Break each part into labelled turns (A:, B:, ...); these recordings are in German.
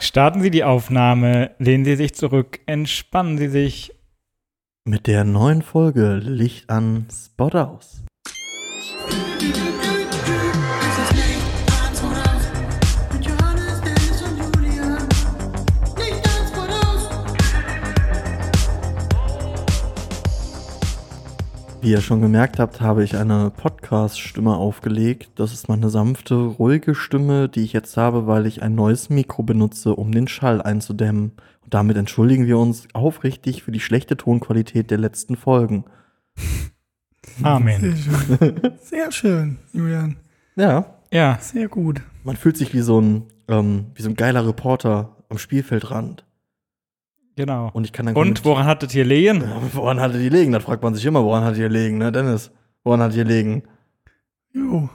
A: Starten Sie die Aufnahme, lehnen Sie sich zurück, entspannen Sie sich.
B: Mit der neuen Folge Licht an Spot aus. Wie ihr schon gemerkt habt, habe ich eine Podcast-Stimme aufgelegt. Das ist meine sanfte, ruhige Stimme, die ich jetzt habe, weil ich ein neues Mikro benutze, um den Schall einzudämmen. Und damit entschuldigen wir uns aufrichtig für die schlechte Tonqualität der letzten Folgen.
A: Amen.
C: Sehr schön. Sehr schön, Julian.
B: Ja,
A: Ja,
C: Sehr gut.
B: man fühlt sich wie so ein, ähm, wie so ein geiler Reporter am Spielfeldrand.
A: genau.
B: Und ich kann dann
A: Und woran hat das hier liegen?
B: Ja, woran hatte die liegen? Das fragt man sich immer, woran hat die liegen, ne, Dennis? Woran hat die liegen?
C: Jo.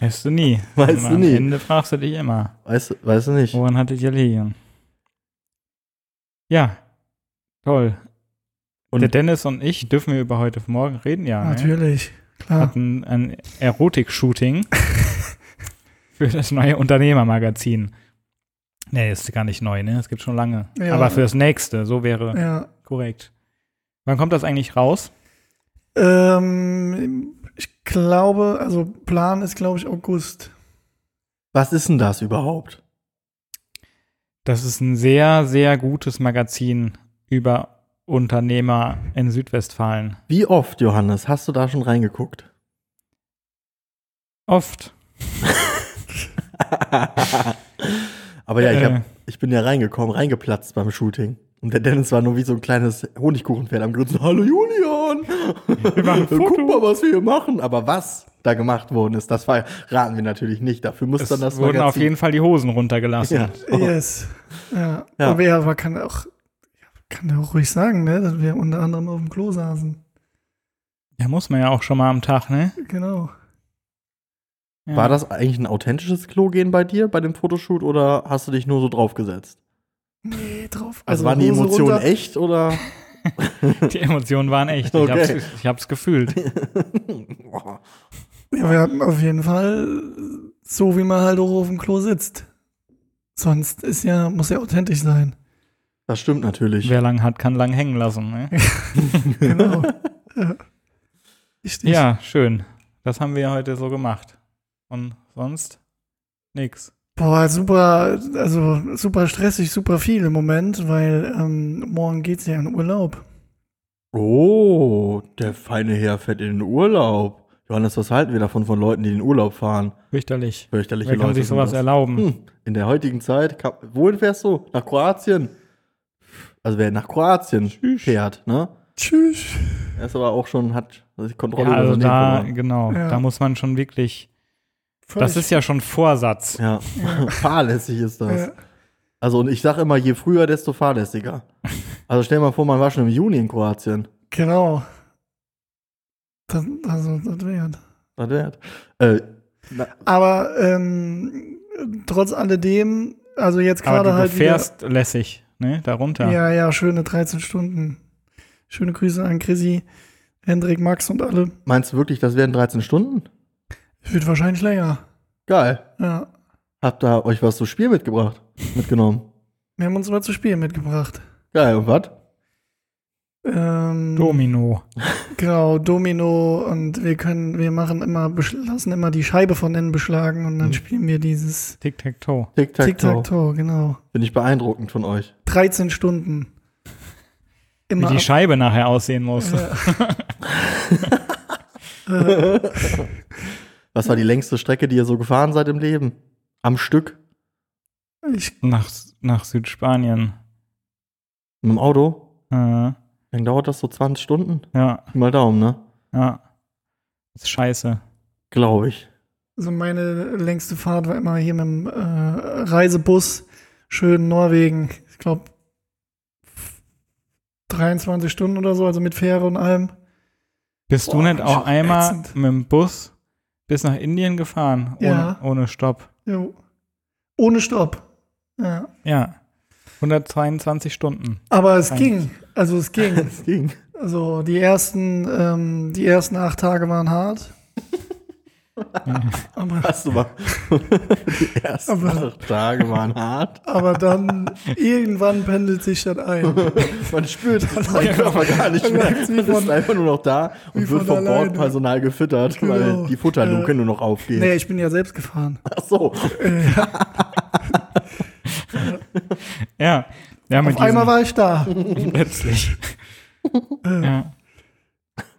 A: Weißt du nie.
B: Weißt
A: Und
B: du
A: am
B: nie.
A: Ende fragst du dich immer,
B: Weißt, weißt du nicht.
A: woran hat das hier liegen? Ja, toll.
B: Und-
A: der Dennis und ich dürfen wir über heute Morgen reden, ja. Ne?
C: Natürlich. Klar.
A: Hatten ein Erotik-Shooting für das neue Unternehmermagazin. Nee, ist gar nicht neu, ne? Es gibt schon lange.
C: Ja.
A: Aber für das nächste, so wäre
C: Ja.
A: korrekt. Wann kommt das eigentlich raus?
C: Ähm, ich glaube, also Plan ist, glaube ich, August.
B: Was ist denn das überhaupt?
A: Das ist ein sehr, sehr gutes Magazin über Unternehmer in Südwestfalen.
B: Wie oft, Johannes, hast du da schon reingeguckt?
A: Oft.
B: Aber ja, ich,
A: Äh.
B: hab, ich bin ja reingekommen, reingeplatzt beim Shooting. Und der Dennis war nur wie so ein kleines Honigkuchenpferd am Grunzen. Hallo Julian!
A: Wir machen ein Foto.
B: Guck mal, was wir hier machen. Aber was da gemacht worden ist, das verraten wir natürlich nicht. Dafür muss
A: Es
B: dann das
A: wurden auf jeden Fall die Hosen runtergelassen.
B: ja. oh.
C: Yes. Ja.
B: Ja.
C: Aber ja, man kann auch, ja, man kann ja auch ruhig sagen, ne, dass wir unter anderem auf dem Klo saßen.
A: Ja, muss man ja auch schon mal am Tag, ne?
C: Genau.
A: Ja.
B: War das eigentlich ein authentisches Klogehen bei dir, bei dem Fotoshoot? Oder hast du dich nur so draufgesetzt?
C: Nee, drauf.
B: Also, waren die
C: Hose
B: Emotionen
C: runter.
B: echt oder?
A: Die Emotionen waren echt.
B: Okay.
A: Ich, hab's, ich hab's gefühlt.
C: Ja, wir hatten auf jeden Fall so, wie man halt auch auf dem Klo sitzt. Sonst ist ja, muss ja authentisch sein.
B: das stimmt natürlich.
A: Wer lang hat, kann lang hängen lassen, ne?
C: Genau. ja. Richtig.
A: Ja, schön. Das haben wir heute so gemacht. Und sonst nix.
C: Boah, super, also super stressig, super viel im Moment, weil ähm, morgen geht's ja in Urlaub.
B: Oh, der feine Herr fährt in den Urlaub. Johannes, was halten wir davon von Leuten, die in den Urlaub fahren?
A: Fürchterlich.
B: Fürchterliche
A: Wer kann
B: Leute.
A: sich
B: sind
A: sowas
B: das.
A: erlauben?
B: Hm, in der heutigen Zeit, kann, wohin fährst du? Nach Kroatien. Also wer nach Kroatien fährt, ne?
C: Tschüss.
B: Er ist aber auch schon, hat die Kontrolle
A: Ja, also
B: über sein
A: da,
B: Leben
A: genau,
C: Ja.
A: da muss man schon wirklich, das ist ja schon Vorsatz.
B: verloren. Ja, fahrlässig ist das.
C: Ja.
B: Also und ich sag immer, je früher, desto fahrlässiger. Also stell dir mal vor, man war schon im Juni in Kroatien.
C: Genau. Das, also, das wert.
B: Was wär's? Äh, na,
C: Aber ähm, trotz alledem, also jetzt
A: Aber
C: gerade
A: du,
C: halt.
A: du fährst lässig, ne, darunter.
C: wieder, ja, ja, schöne 13 Stunden. Schöne Grüße an Chrissy, Hendrik, Max und alle.
B: meinst du wirklich, das wären 13 Stunden?
C: Wird wahrscheinlich länger.
B: Geil.
C: Ja.
B: Habt ihr euch was zu Spiel mitgebracht? Mitgenommen.
C: Wir haben uns mal zu spielen mitgebracht.
B: Geil, und was?
C: Ähm,
A: Domino.
C: Genau, Domino und wir können, wir machen immer, besch- lassen immer die Scheibe von innen beschlagen und dann
B: Mhm.
C: spielen wir dieses
A: Tic-Tac-Toe.
B: Tic-Tac-Toe.
C: Tic-Tac-Toe, genau.
B: Finde ich beeindruckend von euch.
C: 13 Stunden.
A: Wie
C: Immer
A: die
C: ab-
A: Scheibe nachher aussehen muss.
C: äh, äh,
B: Was war die längste Strecke, die ihr so gefahren seid im Leben? Am Stück?
C: ich,
A: Nach, nach Südspanien.
B: Mit dem Auto?
A: Äh,
B: Wie lange dauert das? So 20 Stunden?
A: ja,
B: Pi Mal Daumen, ne?
A: ja. Ist scheiße.
B: Glaube ich.
C: also meine längste Fahrt war immer hier mit dem äh, Reisebus, schön Norwegen, ich glaube 23 Stunden oder so, also mit Fähre und allem.
A: Bist du
C: Boah,
A: nicht auch
C: schon
A: einmal
C: ätzend.
A: mit dem Bus bis nach Indien gefahren? Ohne,
C: Ja.
A: ohne Stopp.
C: Jo. Ohne Stopp. Ja.
A: Ja. 122 Stunden.
C: Aber es
A: Eigentlich.
C: ging. Also es ging.
B: Es ging.
C: Also die ersten, ähm, die ersten acht Tage waren hart. Aber,
B: Hast du mal. Die ersten
C: Aber-
B: acht Tage waren hart.
C: aber dann irgendwann pendelt sich das ein.
B: Man spürt seinen Körper gar nicht mehr.
C: merkt's genau. wie
B: Man ist
C: von-
B: einfach nur noch da
C: wie
B: und wird
C: von
B: vom
C: alleine.
B: Bordpersonal gefüttert,
C: Genau.
B: weil die Futterluke
C: Äh,
B: nur noch aufgeht.
C: Nee, ich bin ja selbst gefahren.
B: Ach so.
A: Ja. ja mit
C: Auf einmal
A: diesem-
C: war ich da.
A: plötzlich. ja.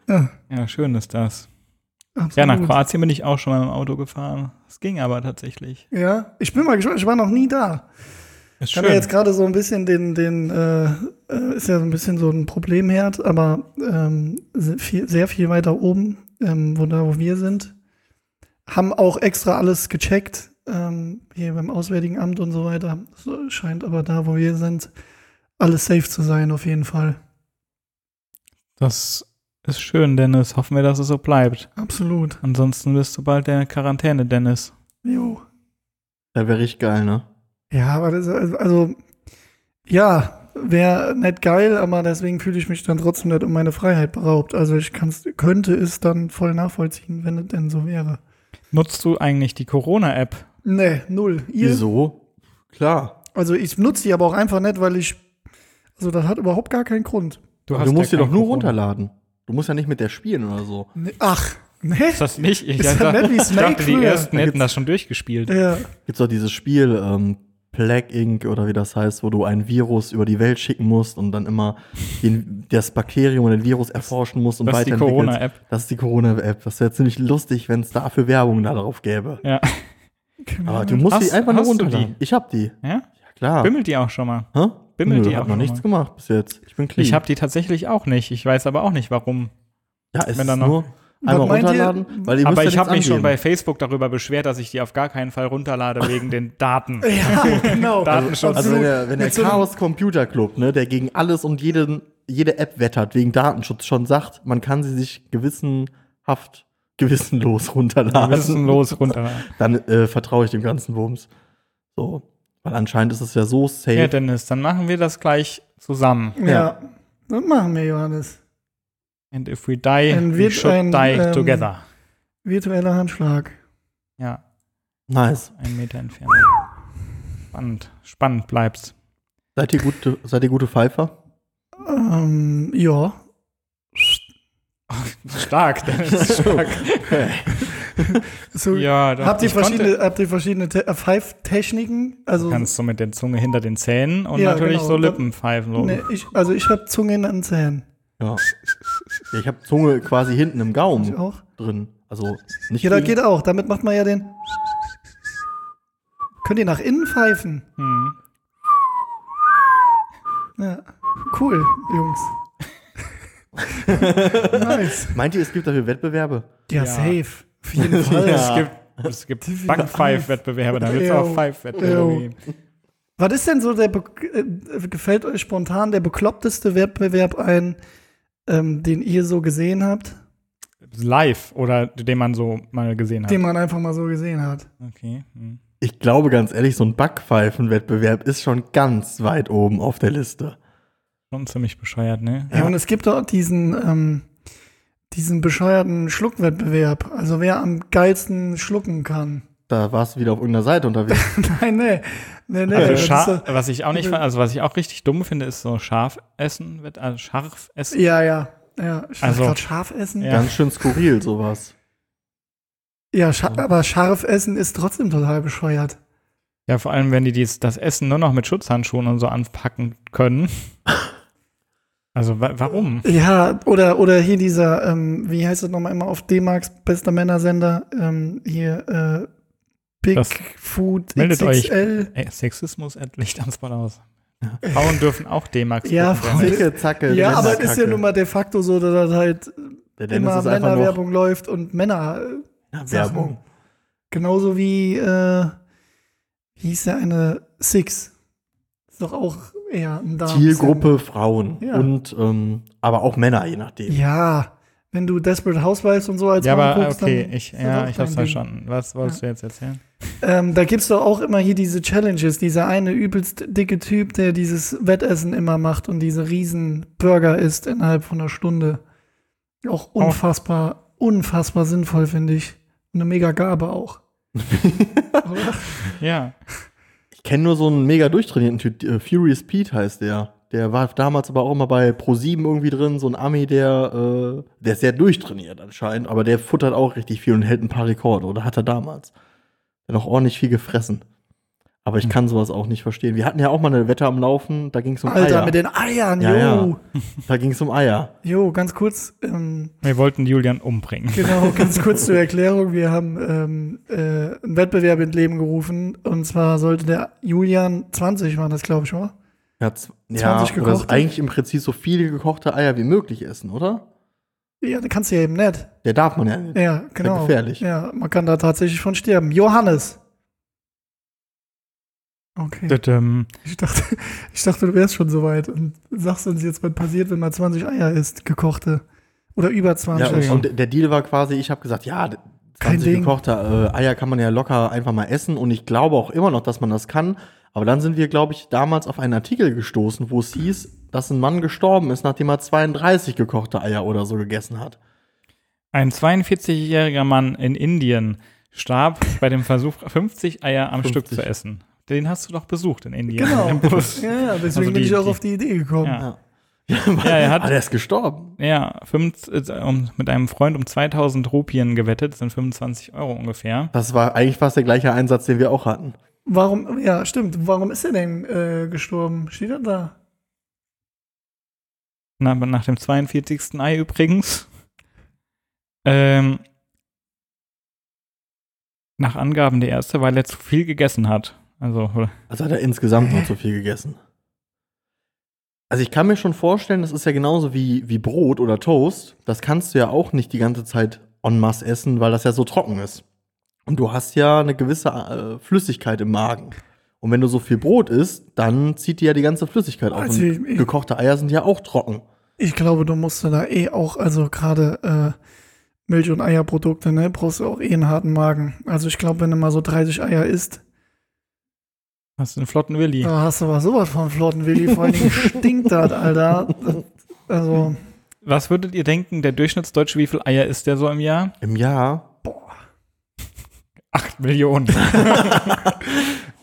C: Ja.
A: ja, schön ist das.
C: Absolut.
A: Ja, nach Kroatien bin ich auch schon mal im Auto gefahren. Es ging aber tatsächlich.
C: Ja, ich bin mal gespannt. Ich war noch nie da.
A: Ist
C: Ich habe ja jetzt gerade so ein bisschen den, den, äh, äh, ist ja so ein bisschen so ein Problemherd, aber ähm, se- viel, sehr viel weiter oben, ähm, wo da, wo wir sind, haben auch extra alles gecheckt, ähm, hier beim Auswärtigen Amt und so weiter. So, scheint aber da, wo wir sind, alles safe zu sein, auf jeden Fall.
A: Das ist schön, Dennis. Hoffen wir, dass es so bleibt.
C: Absolut.
A: Ansonsten bist du bald der Quarantäne, Dennis.
C: Jo.
B: Da wäre ich geil, ne?
C: Ja, aber das, also, also ja, wäre nicht geil, aber deswegen fühle ich mich dann trotzdem nicht um meine Freiheit beraubt. Also ich kann's, könnte es dann voll nachvollziehen, wenn es denn so wäre.
A: Nutzt du eigentlich die Corona-App?
C: Nee, null. Ihr?
B: Wieso? Klar.
C: Also ich nutze die aber auch einfach nicht, weil ich, also das hat überhaupt gar keinen Grund.
B: Du, musst
A: ja
B: dir doch
A: kein
B: nur
A: Corona.
B: runterladen. Du musst ja nicht mit der spielen oder so.
C: Nee, Ach, ne?
A: Ist das nicht? Ich
C: Ist ja
A: dachte,
C: nett wie
A: ich
C: Snake
A: dachte die
C: früher.
A: Ersten
B: Da
A: hätten
B: gibt's-
A: das schon durchgespielt.
C: Ja,
B: Gibt's doch dieses Spiel, ähm, Plague Inc. oder wie das heißt, wo du ein Virus über die Welt schicken musst und dann immer den, das Bakterium oder den Virus erforschen musst und
A: das ist die
B: weiterentwickelst.
A: Corona-App.
B: Das ist die Corona-App. Das wäre ziemlich lustig, wenn es dafür Werbung darauf gäbe.
A: Ja.
C: genau.
B: Aber du musst
A: Hast-
B: die einfach nur
A: hast du
B: runterladen. Ich hab die.
A: ja?
B: Ja, klar.
A: Bimmelt die auch schon mal?
B: Hä?
A: bimmelt
B: Nö,
A: die
B: hab
A: auch
B: noch
A: schon
B: nichts
A: mal?
B: gemacht bis jetzt. Ich bin clean.
A: Ich habe die tatsächlich auch nicht. Ich weiß aber auch nicht, warum.
B: ja, es
A: wenn
B: ist
A: dann noch-
B: nur
C: Was
B: einmal
C: meint ihr?
B: runterladen, weil ihr
A: aber
B: müsst ja
A: ich habe
B: nichts
A: mich schon bei
B: angeben.
A: Facebook darüber beschwert, dass ich die auf gar keinen Fall runterlade wegen den Daten.
C: ja genau.
A: Datenschutz.
B: Also wenn der, wenn der
C: Mit so einem-
B: Chaos Computer Club, ne, der gegen alles und jeden, jede App wettert, wegen Datenschutz schon sagt, man kann sie sich gewissenhaft, gewissenlos runterladen.
A: Gewissenlos runterladen.
B: Dann äh, vertraue ich dem ganzen Wurms. So. Weil anscheinend ist es ja so safe.
A: Ja, Dennis, dann machen wir das gleich zusammen.
C: ja. Das machen wir, Johannes.
A: And if we die,
C: Dann
A: we
C: wird
A: should
C: ein,
A: die
C: ähm,
A: together.
C: Virtueller Handschlag.
A: Ja,
B: nice.
A: einen Meter entfernt. Spannend, spannend bleibt's.
B: Seid ihr gute, seid ihr gute Pfeifer?
C: Ähm, ja.
A: Stark, Dennis, stark.
C: So,
A: ja, das,
C: habt, ihr
A: ich konnte-
C: verschiedene, habt ihr verschiedene Te- äh, Pfeiftechniken? Also,
A: Du kannst so mit der Zunge hinter den Zähnen und
C: Ja,
A: natürlich
C: genau.
A: so Lippenpfeifen. So.
C: nee, ich, also ich habe Zunge in den Zähnen.
B: Ja. ja ich habe Zunge quasi hinten im Gaumen
C: Ich auch.
B: drin. Also nicht
C: Ja, das
B: viel.
C: geht auch. Damit macht man ja den. Könnt ihr nach innen pfeifen?
A: Hm.
C: Ja. Cool, Jungs. nice.
B: Meint ihr, es gibt dafür Wettbewerbe?
C: Ja,
A: Ja.
C: safe. Auf jeden Fall.
B: Ja.
A: Es gibt, es gibt Backpfeif-Wettbewerbe, da wird's
C: Ew.
A: auch Pfeif-Wettbewerbe
C: Ew.
A: geben.
C: Was ist denn so der, be äh, gefällt euch spontan der bekloppteste Wettbewerb ein, ähm, den ihr so gesehen habt?
A: Live oder den man so mal gesehen hat.
C: Den man einfach mal so gesehen hat.
A: okay. hm.
B: Ich glaube ganz ehrlich, so ein Backpfeifen-Wettbewerb ist schon ganz weit oben auf der Liste.
A: Schon ziemlich bescheuert, ne?
C: Ja, und es gibt auch diesen, ähm, diesen bescheuerten Schluckwettbewerb. Also wer am geilsten schlucken kann.
B: Da warst du wieder auf irgendeiner Seite unterwegs.
C: Nein, nee. Nee, nee.
A: Also
C: das ist
A: Scha
C: so-
A: was ich auch nicht, fand- also was ich auch richtig dumm finde, ist so scharf essen, wird- also scharf essen.
C: ja, ja. Ja, ich
A: Also-
C: also, gerade scharf essen.
A: Ja.
C: Ja,
B: Ganz schön skurril sowas.
C: scha aber scharf essen ist trotzdem total bescheuert.
A: Ja, vor allem, wenn die dies, das Essen nur noch mit Schutzhandschuhen und so anpacken können. Also wa warum?
C: Ja, oder, oder hier dieser, ähm, wie heißt das nochmal immer auf D-Max, bester Männersender, ähm, hier, äh, Big
A: Das-
C: Food
A: Meldet euch.
C: XXL.
A: Ey, Sexismus endlich am Spot aus. Frauen dürfen auch D-Max
C: Ja,
A: gucken,
C: Frauen-
A: Dennis.
B: Zicke, zacke,
C: Ja, aber
B: Männerkacke.
C: es ist ja nun mal de facto so, dass das halt
B: Der Dennis
C: immer
B: ist einfach nur
C: Männerwerbung läuft und Männer. äh, Sachen.
B: Werbung.
C: Genauso wie, äh, wie hieß der eine Six? Ist doch auch eher ein Darm.
B: Zielgruppe Frauen
C: Ja.
B: und ähm, aber auch Männer, je nachdem.
C: Ja, wenn du Desperate Housewives und so als
A: Ja,
C: Mann
A: aber
C: guckst,
A: okay,
C: dann
A: ich,
C: ist das
A: ja, ich
C: auch
A: hab's
C: dein Ding.
A: verstanden. Was wolltest du jetzt erzählen?
C: Ähm, da gibt's doch auch immer hier diese Challenges, dieser eine übelst dicke Typ, der dieses Wettessen immer macht und diese riesen Burger isst
A: Oh.
C: innerhalb von einer Stunde. Auch unfassbar, unfassbar sinnvoll, finde ich. Eine mega Gabe auch. Oder?
A: Ja.
B: Ich kenne nur so einen mega durchtrainierten Typ, äh, Furious Pete heißt der. Der war damals aber auch immer bei Pro7 irgendwie drin, so ein Ami, der, äh, der ist sehr durchtrainiert anscheinend, aber der futtert auch richtig viel und hält ein paar Rekorde, oder hat er damals. Der hat auch ordentlich viel gefressen. Aber
C: Hm.
B: ich kann sowas auch nicht verstehen. Wir hatten ja auch mal eine Wette am Laufen, da ging es um
C: Alter,
B: Eier.
C: mit den Eiern,
B: Ja,
C: jo.
B: da ging es um Eier.
C: Jo, ganz kurz, ähm,
A: Wir wollten Julian umbringen.
C: Genau, ganz kurz zur Erklärung. Wir haben ähm, äh, einen Wettbewerb ins Leben gerufen. Und zwar sollte der Julian 20 waren, das glaube ich mal.
B: Ja, z-
C: 20
B: ja, oder ist
C: gekochte?
B: eigentlich im Prinzip so viele gekochte Eier wie möglich essen, oder?
C: Ja, da kannst du ja eben nicht.
B: Der darf man ja nicht.
C: Ja, genau.
B: gefährlich.
C: Ja, man kann da tatsächlich von sterben. Johannes. Okay.
A: Dödem.
C: Ich dachte, ich dachte, du wärst schon soweit und sagst uns jetzt, was passiert, wenn man 20 Eier isst, gekochte. Oder über 20.
B: Ja, und,
A: Entschuldigung.
B: und der Deal war quasi, ich habe gesagt, ja,
C: Kein
B: 20
C: Ding.
B: gekochte äh, Eier kann man ja locker einfach mal essen und ich glaube auch immer noch, dass man das kann. Aber dann sind wir, glaube ich, damals auf einen Artikel gestoßen, wo es hieß, dass ein Mann gestorben ist, nachdem er 32 gekochte Eier oder so gegessen hat.
A: Ein 42-jähriger Mann in Indien starb bei dem Versuch, 50 Eier am
B: 50.
A: Stück zu essen. Den hast du doch besucht in Indien.
C: Genau.
A: Im Bus.
C: ja, ja, deswegen
A: Also die-
C: bin ich auch
A: die-
C: auf die Idee gekommen.
A: Ja.
B: Ja. weil-
A: er hat-
B: ah, der ist gestorben.
A: Ja, fünf, äh, um, mit einem Freund um 2000 Rupien gewettet, das sind 25 Euro ungefähr.
B: Das war eigentlich fast der gleiche Einsatz, den wir auch hatten.
C: Warum, ja, stimmt. Warum ist er denn äh, gestorben? Steht er da?
A: Na, nach dem 42. Ei übrigens. Ähm, nach Angaben der Ärzte, weil er zu viel gegessen hat. Also, oder-
B: Also hat er insgesamt noch zu viel gegessen. Also ich kann mir schon vorstellen, das ist ja genauso wie, wie Brot oder Toast. Das kannst du ja auch nicht die ganze Zeit en masse essen, weil das ja so trocken ist. Und du hast ja eine gewisse äh, Flüssigkeit im Magen. Und wenn du so viel Brot isst, dann zieht die ja die ganze Flüssigkeit auf.
C: Also
B: Und
C: ich-
B: gekochte Eier sind ja auch trocken.
C: Ich glaube, du musst da eh auch, also gerade äh, Milch- und Eierprodukte, ne, brauchst du auch eh einen harten Magen. Also ich glaube, wenn du mal so 30 Eier isst,
A: hast du einen flotten Willi.
C: da hast du aber sowas von flotten Willi, vor allen Dingen stinkt das, Alter. Das- Also,
A: Was würdet ihr denken, der Durchschnittsdeutsche, wie viel Eier isst der so im Jahr?
B: Im Jahr
A: Acht Millionen.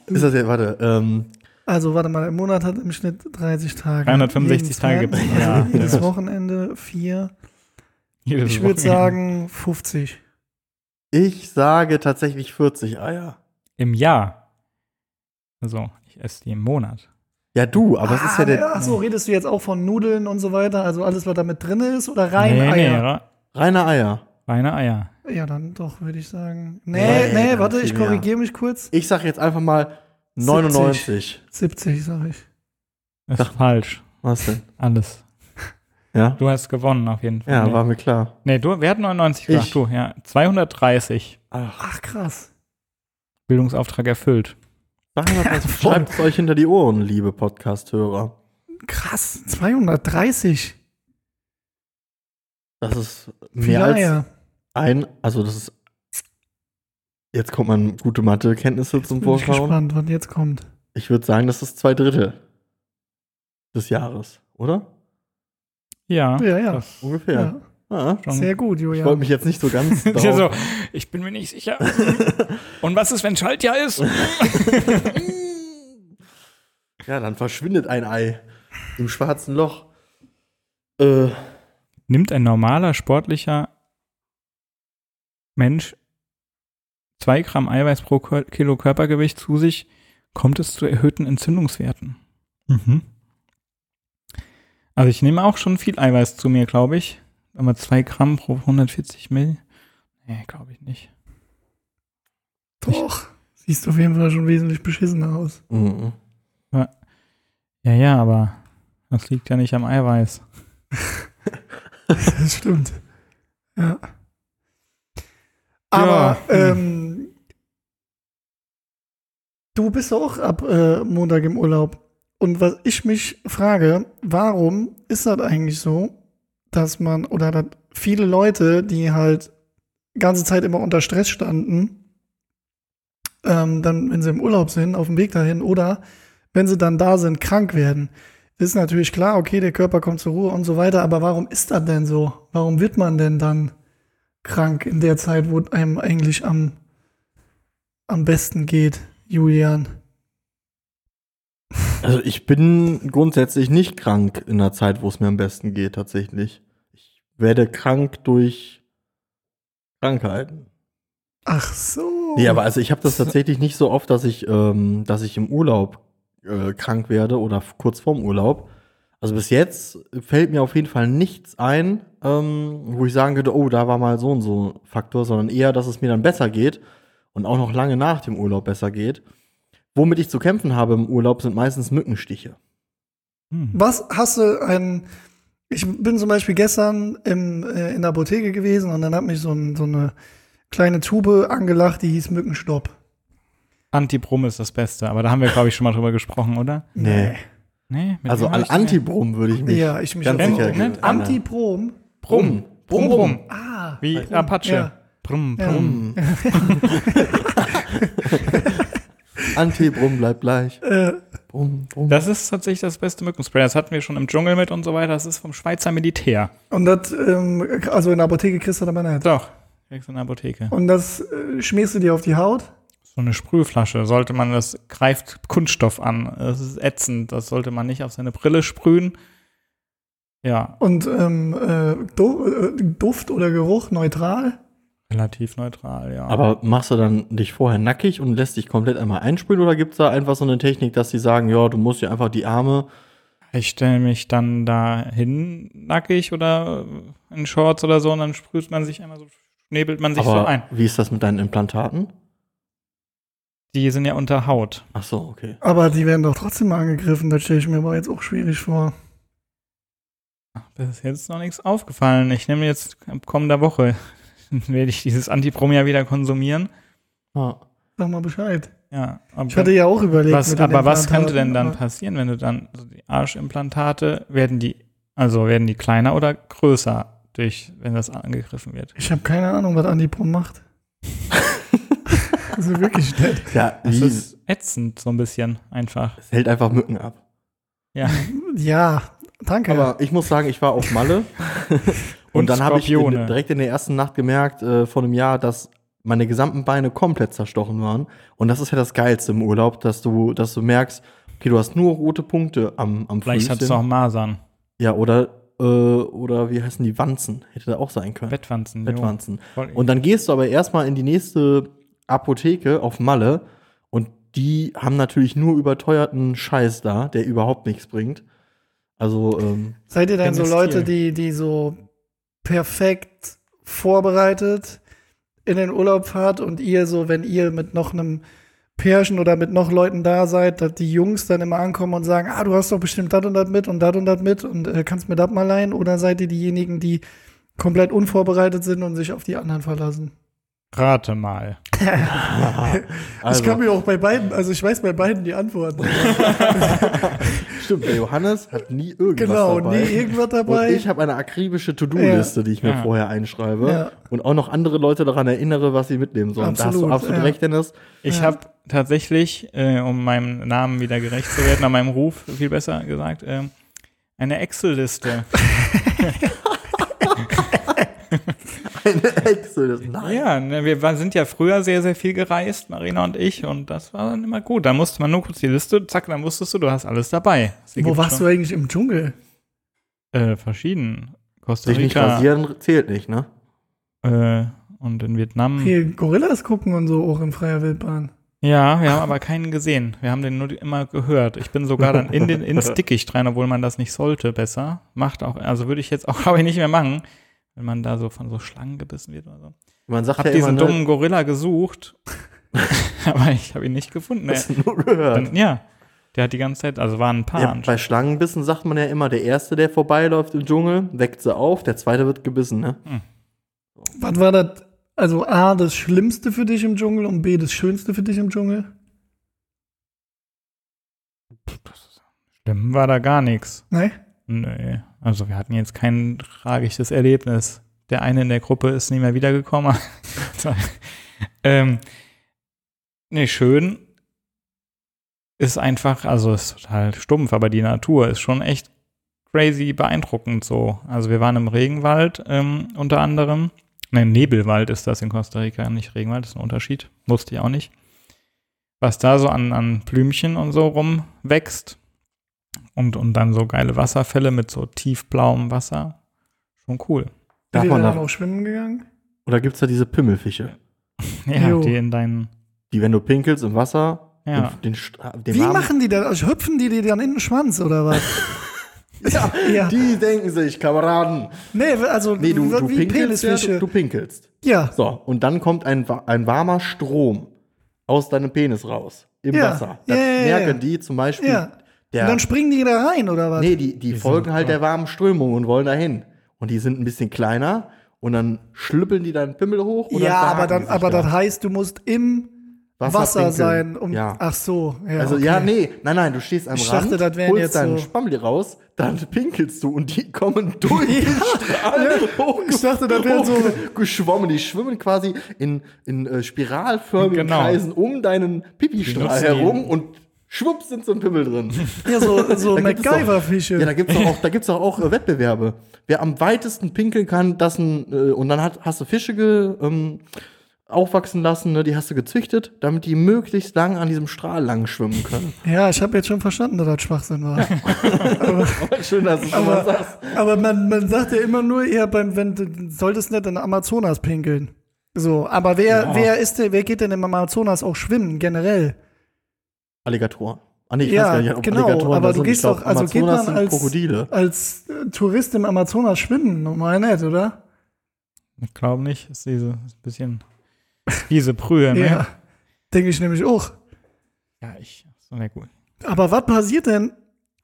B: ist das ja, warte, ähm,
C: also warte mal, im Monat hat im Schnitt 30 Tage.
A: 365
C: Jeden
A: Tage
C: Tag,
A: gibt's.
C: Also
A: Ja,
C: jedes
A: ja.
C: Wochenende vier.
A: Jedes
C: Ich würde
A: Wochenende.
C: sagen 50.
B: ich sage tatsächlich 40 Eier.
A: Im Jahr. Also, ich esse die im Monat.
B: Ja, du, aber es ist ja der Hm.
C: Achso, Ah, redest du jetzt auch von Nudeln und so weiter? Also alles, was da mit drin ist oder rein Eier?
A: ra-
B: reine Eier.
A: reine Eier.
C: Ja, dann doch, würde ich sagen. Nee,
B: Nee,
C: nee,
B: dann
C: warte,
B: viel
C: ich
B: mehr.
C: korrigiere mich kurz.
B: Ich sage jetzt einfach mal 99.
C: 70, sage ich.
A: Ist
B: Ach.
A: falsch.
B: Was denn?
A: Alles.
B: Ja?
A: Du hast gewonnen auf jeden Fall.
B: Ja,
A: nee.
B: war mir klar.
A: nee, du, wir hatten 99 gesagt,
B: Ich.
A: du, ja. 230.
B: Ach,
C: Ach, krass.
A: Bildungsauftrag erfüllt.
B: also schreibt es euch hinter die Ohren, liebe Podcast-Hörer.
C: Krass, 230.
B: Das ist
C: Viele
B: mehr als
C: Eier.
B: ein, also das ist. Jetzt kommt man gute Mathe-Kenntnisse zum
C: Bin ich
B: Vorschein.
C: gespannt, was jetzt kommt.
B: Ich, würde sagen, das ist zwei Drittel des Jahres, oder?
A: Ja.
C: Ja, ja.
A: Das
B: Ungefähr.
C: ja. Oh
B: Ah,
A: schon.
C: Sehr gut,
B: ich wollte
C: Julian.
B: mich jetzt nicht so ganz.
A: Ich,
B: darauf-
A: so, ich bin mir nicht sicher. Und was ist, wenn Schaltjahr ist?
B: ja, dann verschwindet ein Ei im schwarzen Loch. Äh,
A: Nimmt ein normaler, sportlicher Mensch 2 Gramm Eiweiß pro Kör- Kilo Körpergewicht zu sich, kommt es zu erhöhten Entzündungswerten. Mhm. Also ich nehme auch schon viel Eiweiß zu mir, glaube ich. Aber 2 Gramm pro 140 Mill? Nee, glaube ich nicht.
C: Doch. Siehst auf jeden Fall schon wesentlich beschissener aus.
B: mhm.
A: Ja, ja, aber das liegt ja nicht am Eiweiß.
C: Das stimmt. Ja. Aber
A: Ja.
C: ähm, du bist doch auch ab äh, Montag im Urlaub. Und was ich mich frage, warum ist das eigentlich so, dass man oder dass viele Leute, die halt ganze Zeit immer unter Stress standen, ähm, dann, wenn sie im Urlaub sind, auf dem Weg dahin oder wenn sie dann da sind, krank werden. Ist natürlich klar, okay, der Körper kommt zur Ruhe und so weiter, aber warum ist das denn so? Warum wird man denn dann krank in der Zeit, wo einem eigentlich am, am besten geht, Julian.
B: Also ich bin grundsätzlich nicht krank in der Zeit, wo es mir am besten geht, tatsächlich. Ich werde krank durch Krankheiten.
C: Ach so.
B: Nee, aber also ich habe das tatsächlich nicht so oft, dass ich, ähm, dass ich im Urlaub äh, krank werde oder f- kurz vorm Urlaub. Also bis jetzt fällt mir auf jeden Fall nichts ein, ähm, wo ich sagen könnte, oh, da war mal so und so ein Faktor, sondern eher, dass es mir dann besser geht und auch noch lange nach dem Urlaub besser geht. Womit ich zu kämpfen habe im Urlaub, sind meistens Mückenstiche.
A: Hm.
C: Was hast du einen? Ich bin zum Beispiel gestern im, äh, in der Apotheke gewesen und dann hat mich so, ein, so eine kleine Tube angelacht, die hieß Mückenstopp.
A: Antibrum ist das Beste, aber da haben wir, glaube ich, schon mal drüber gesprochen, oder?
B: Nee.
A: Nee, mit
B: Also
A: wem hab
B: an
A: ich denn-
B: Antibrum würde ich mich.
C: Ja, ich mich
B: ganz
C: auch.
B: sicher.
A: Moment,
B: Anna.
C: Antiprom.
A: Brumm. Brumm, brumm.
C: Ah.
A: Wie
C: Brumm,
A: Apache.
C: ja.
A: Brumm,
C: Ja.
A: brumm.
B: Antibrum bleibt gleich.
C: Äh,
B: Brumm, brumm.
A: Das ist tatsächlich das beste Mückenspray. Das hatten wir schon im Dschungel mit und so weiter. Das ist vom Schweizer Militär.
C: und das, ähm, also in der Apotheke kriegst du das aber nicht.
A: Doch. Direkt in der Apotheke.
C: Und das äh, schmierst du dir auf die Haut.
A: So eine Sprühflasche, sollte man, das greift Kunststoff an. Das ist ätzend. Das sollte man nicht auf seine Brille sprühen. Ja,
C: Und ähm, äh, du äh, Duft oder Geruch neutral.
A: relativ neutral, ja.
B: Aber machst du dann dich vorher nackig und lässt dich komplett einmal einspülen oder gibt es da einfach so eine Technik, dass die sagen, ja, du musst dir einfach die Arme.
A: ich stelle mich dann da hin, nackig oder in Shorts oder so, und dann sprüht man sich einmal so, nebelt man sich
B: aber
A: so ein.
B: wie ist das mit deinen Implantaten?
A: Die sind ja unter Haut.
B: Ach so, okay.
C: Aber die werden doch trotzdem mal angegriffen. Das stelle ich mir aber jetzt auch schwierig vor.
A: Das ist jetzt noch nichts aufgefallen. Ich nehme jetzt ab kommender Woche, werde ich dieses Antiprom ja wieder konsumieren.
B: Ja.
C: Sag mal Bescheid.
A: Ja,
C: Ich hatte ja auch überlegt.
A: was,
C: mit den
A: aber was
C: Implantaten,
A: könnte denn dann
C: aber-
A: passieren, wenn du dann also die Arschimplantate werden die also werden die kleiner oder größer durch wenn das angegriffen wird?
C: Ich habe keine Ahnung, was Antiprom macht. also wirklich nett.
B: ja
A: Das
B: wie,
A: ist ätzend so ein bisschen einfach.
B: es hält einfach Mücken ab.
A: Ja.
C: Ja, danke.
B: Aber ich muss sagen, ich war auf Malle und, dann habe ich in,
A: Skorpione.
B: direkt in der ersten Nacht gemerkt, äh, vor einem Jahr, dass meine gesamten Beine komplett zerstochen waren. Und das ist ja das Geilste im Urlaub, dass du, dass du merkst, okay, du hast nur rote Punkte am, am
A: Vielleicht hat es
B: Füßchen.
A: auch Masern,
B: Ja, oder, äh, oder wie heißen die Wanzen? Hätte da auch sein können.
A: Bettwanzen. jo.
B: Bettwanzen.
A: Voll-
B: Und dann gehst du aber erstmal in die nächste Apotheke auf Malle und die haben natürlich nur überteuerten Scheiß da, der überhaupt nichts bringt. Also, ähm,
C: Seid ihr denn so
A: Investieren.
C: Leute, die, die so perfekt vorbereitet in den Urlaub fahrt und ihr so, wenn ihr mit noch einem Pärchen oder mit noch Leuten da seid, dass die Jungs dann immer ankommen und sagen, ah, du hast doch bestimmt das und das mit und das und das mit und äh, kannst mir das mal leihen? Oder seid ihr diejenigen, die komplett unvorbereitet sind und sich auf die anderen verlassen?
A: Rate mal.
B: also
C: ich kann mir auch bei beiden, also ich weiß bei beiden die Antworten.
B: stimmt, der Johannes hat nie irgendwas
C: genau,
B: dabei.
C: nie irgendwas dabei.
B: Und ich habe eine akribische To-Do-Liste, die ich mir
A: Ja.
B: vorher einschreibe
C: Ja.
B: und auch noch andere Leute daran erinnere, was sie mitnehmen sollen. da hast du
C: Absolut,
B: absolut
C: ja.
B: recht, Dennis.
A: Ich
C: Ja.
A: habe tatsächlich, äh, um meinem Namen wieder gerecht zu werden, an meinem Ruf viel besser gesagt, ähm, eine Excel-Liste.
B: Eine Excel. das- Nein.
A: Ja, ne, wir war- sind ja früher sehr, sehr viel gereist, Marina und ich, und das war dann immer gut. Da musste man nur kurz die Liste, zack, dann wusstest du, du hast alles dabei.
C: Wo warst du eigentlich im Dschungel?
A: du? Äh, verschieden. Costa
B: Sich nicht
A: Rica
B: rasieren zählt nicht, ne?
A: äh, und in
B: Hm.
A: Vietnam.
C: Hier Gorillas gucken und so auch in freier Wildbahn.
A: Ja, wir haben aber keinen gesehen. Wir haben den nur immer gehört. Ich bin sogar dann in den, ins Dickicht rein, obwohl man das nicht sollte, besser. Macht auch, also würde ich jetzt auch, glaube ich, nicht mehr machen, wenn man da so von so Schlangen gebissen wird oder so.
B: Man sagt
A: Hab
B: ja
A: diesen
B: immer, ne,
A: dummen Gorilla gesucht, aber ich habe ihn nicht gefunden. Er,
B: das nur gehört.
A: dann, ja, der hat die ganze Zeit, also waren ein paar
B: Ja,
A: anscheinend.
B: bei Schlangenbissen sagt man ja immer, der erste, der vorbeiläuft im Dschungel, weckt sie auf, der zweite wird gebissen, ne?
C: Was war das? Also A, das Schlimmste für dich im Dschungel und B, das Schönste für dich im Dschungel?
A: Schlimm war da gar nichts.
C: Nein?
A: Nö. Also wir hatten jetzt kein tragisches Erlebnis. Der eine in der Gruppe ist nie mehr wiedergekommen. ähm, nee, schön ist einfach, also ist total stumpf, aber die Natur ist schon echt crazy beeindruckend so. Also wir waren im Regenwald ähm, unter anderem Nein, Nebelwald ist das in Costa Rica, nicht Regenwald, ist ein Unterschied. Wusste ich auch nicht. Was da so an, an Blümchen und so rumwächst. Und, und dann so geile Wasserfälle mit so tiefblauem Wasser. Schon cool.
B: Darf
C: wir
B: man
C: dann
B: da,
C: auch schwimmen gegangen?
B: oder gibt's da diese Pimmelfische,
A: Ja,
C: Jo.
A: die in deinen.
B: die, wenn du pinkelst im Wasser,
A: Ja.
B: den, den, St- den
C: Wie
B: warmen-
C: machen die denn? Also Hüpfen die dir dann in den Schwanz oder was? ja, ja.
B: Die denken sich, Kameraden.
C: Nee, also
B: Nee, du, du
C: wie
B: pinkelst. Ja,
C: Penisfische.
B: du, du pinkelst.
C: ja,
B: So, und dann kommt ein, wa- ein warmer Strom aus deinem Penis raus. Im
C: Ja,
B: Wasser.
C: ja,
B: Das
C: ja, ja.
B: merken die zum Beispiel.
C: ja.
B: Der,
C: Und dann springen die da rein oder was?
B: nee, die, die folgen halt der warmen Strömung und wollen dahin. Und die sind ein bisschen kleiner und dann schlüppeln die deinen Pimmel hoch. Und
C: ja,
B: dann
C: aber
B: verhaken
C: dann,
B: die sich
C: aber
B: da.
C: das heißt, du musst im Wasser
B: pinkeln.
C: sein. Um,
B: ja.
C: Ach so. Ja,
B: Also
C: okay.
B: ja, nee, nein, nein, du stehst am
C: Ich
B: Rand,
C: dachte, das wären
B: holst
C: jetzt
B: deinen
C: so-
B: Spammel raus, dann pinkelst du und die kommen durch den Strahl hoch,
C: ne? Ich dachte, das wären so-
B: hoch geschwommen. Die schwimmen quasi in, in äh, spiralförmigen
A: Genau.
B: Kreisen um deinen
A: nutzen
B: Pipi-Strahl
A: die-
B: herum und schwupps sind so ein Pimmel drin.
C: Ja, so, so
B: Da gibt's doch-
C: MacGyver-Fische.
B: Ja, da gibt's doch auch, da gibt's doch auch äh, Wettbewerbe. Wer am weitesten pinkeln kann, das ein, äh, und dann hat, hast du Fische ge, ähm, aufwachsen lassen, ne, die hast du gezüchtet, damit die möglichst lang an diesem Strahl lang schwimmen können.
C: Ja, ich habe jetzt schon verstanden, dass das Schwachsinn war.
B: Schön, dass du schon mal
C: aber,
B: sagst.
C: aber man, man sagt ja immer nur, ja, beim, wenn, du solltest nicht in Amazonas pinkeln. So, aber wer,
B: Ja.
C: wer ist denn, wer geht denn im Amazonas auch schwimmen, generell?
B: Alligatoren. Ah, nee, ich
C: Ja,
B: weiß gar nicht, ob
C: genau,
B: Alligatoren
C: aber
B: das
C: du
B: sind.
C: gehst
B: Ich glaub,
C: doch- also geht
B: Amazonas
C: man
B: sind
C: als-
B: Krokodile.
C: Als äh, Tourist im Amazonas schwimmen, normal nicht, oder?
A: Ich glaube nicht. Ist diese ist ein bisschen diese Brühe, ne?
C: Ja. Denke ich nämlich auch.
A: Ja, ich. So, na gut.
C: Aber was passiert denn?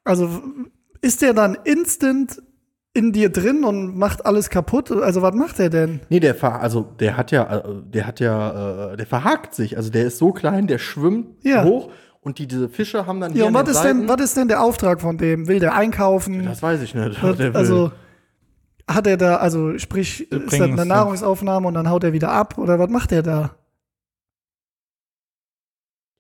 C: Also, w- ist der dann instant in dir drin und macht alles kaputt? Also, was macht er denn?
B: Nee, der ver also der hat ja, äh, der hat ja, äh, der verhakt sich. Also der ist so klein, der schwimmt
C: Ja.
B: hoch und die, diese Fische haben dann hier
C: Ja, und
B: an
C: was
B: den
C: ist, denn,
B: Seiten-
C: was ist denn der Auftrag von dem? Will der einkaufen?
B: Das weiß ich nicht.
C: Hat-
B: Der will-
C: also hat er da, also sprich, ist das
A: bringen
C: eine
A: es
C: Nahrungsaufnahme und dann haut er wieder ab oder was macht er da?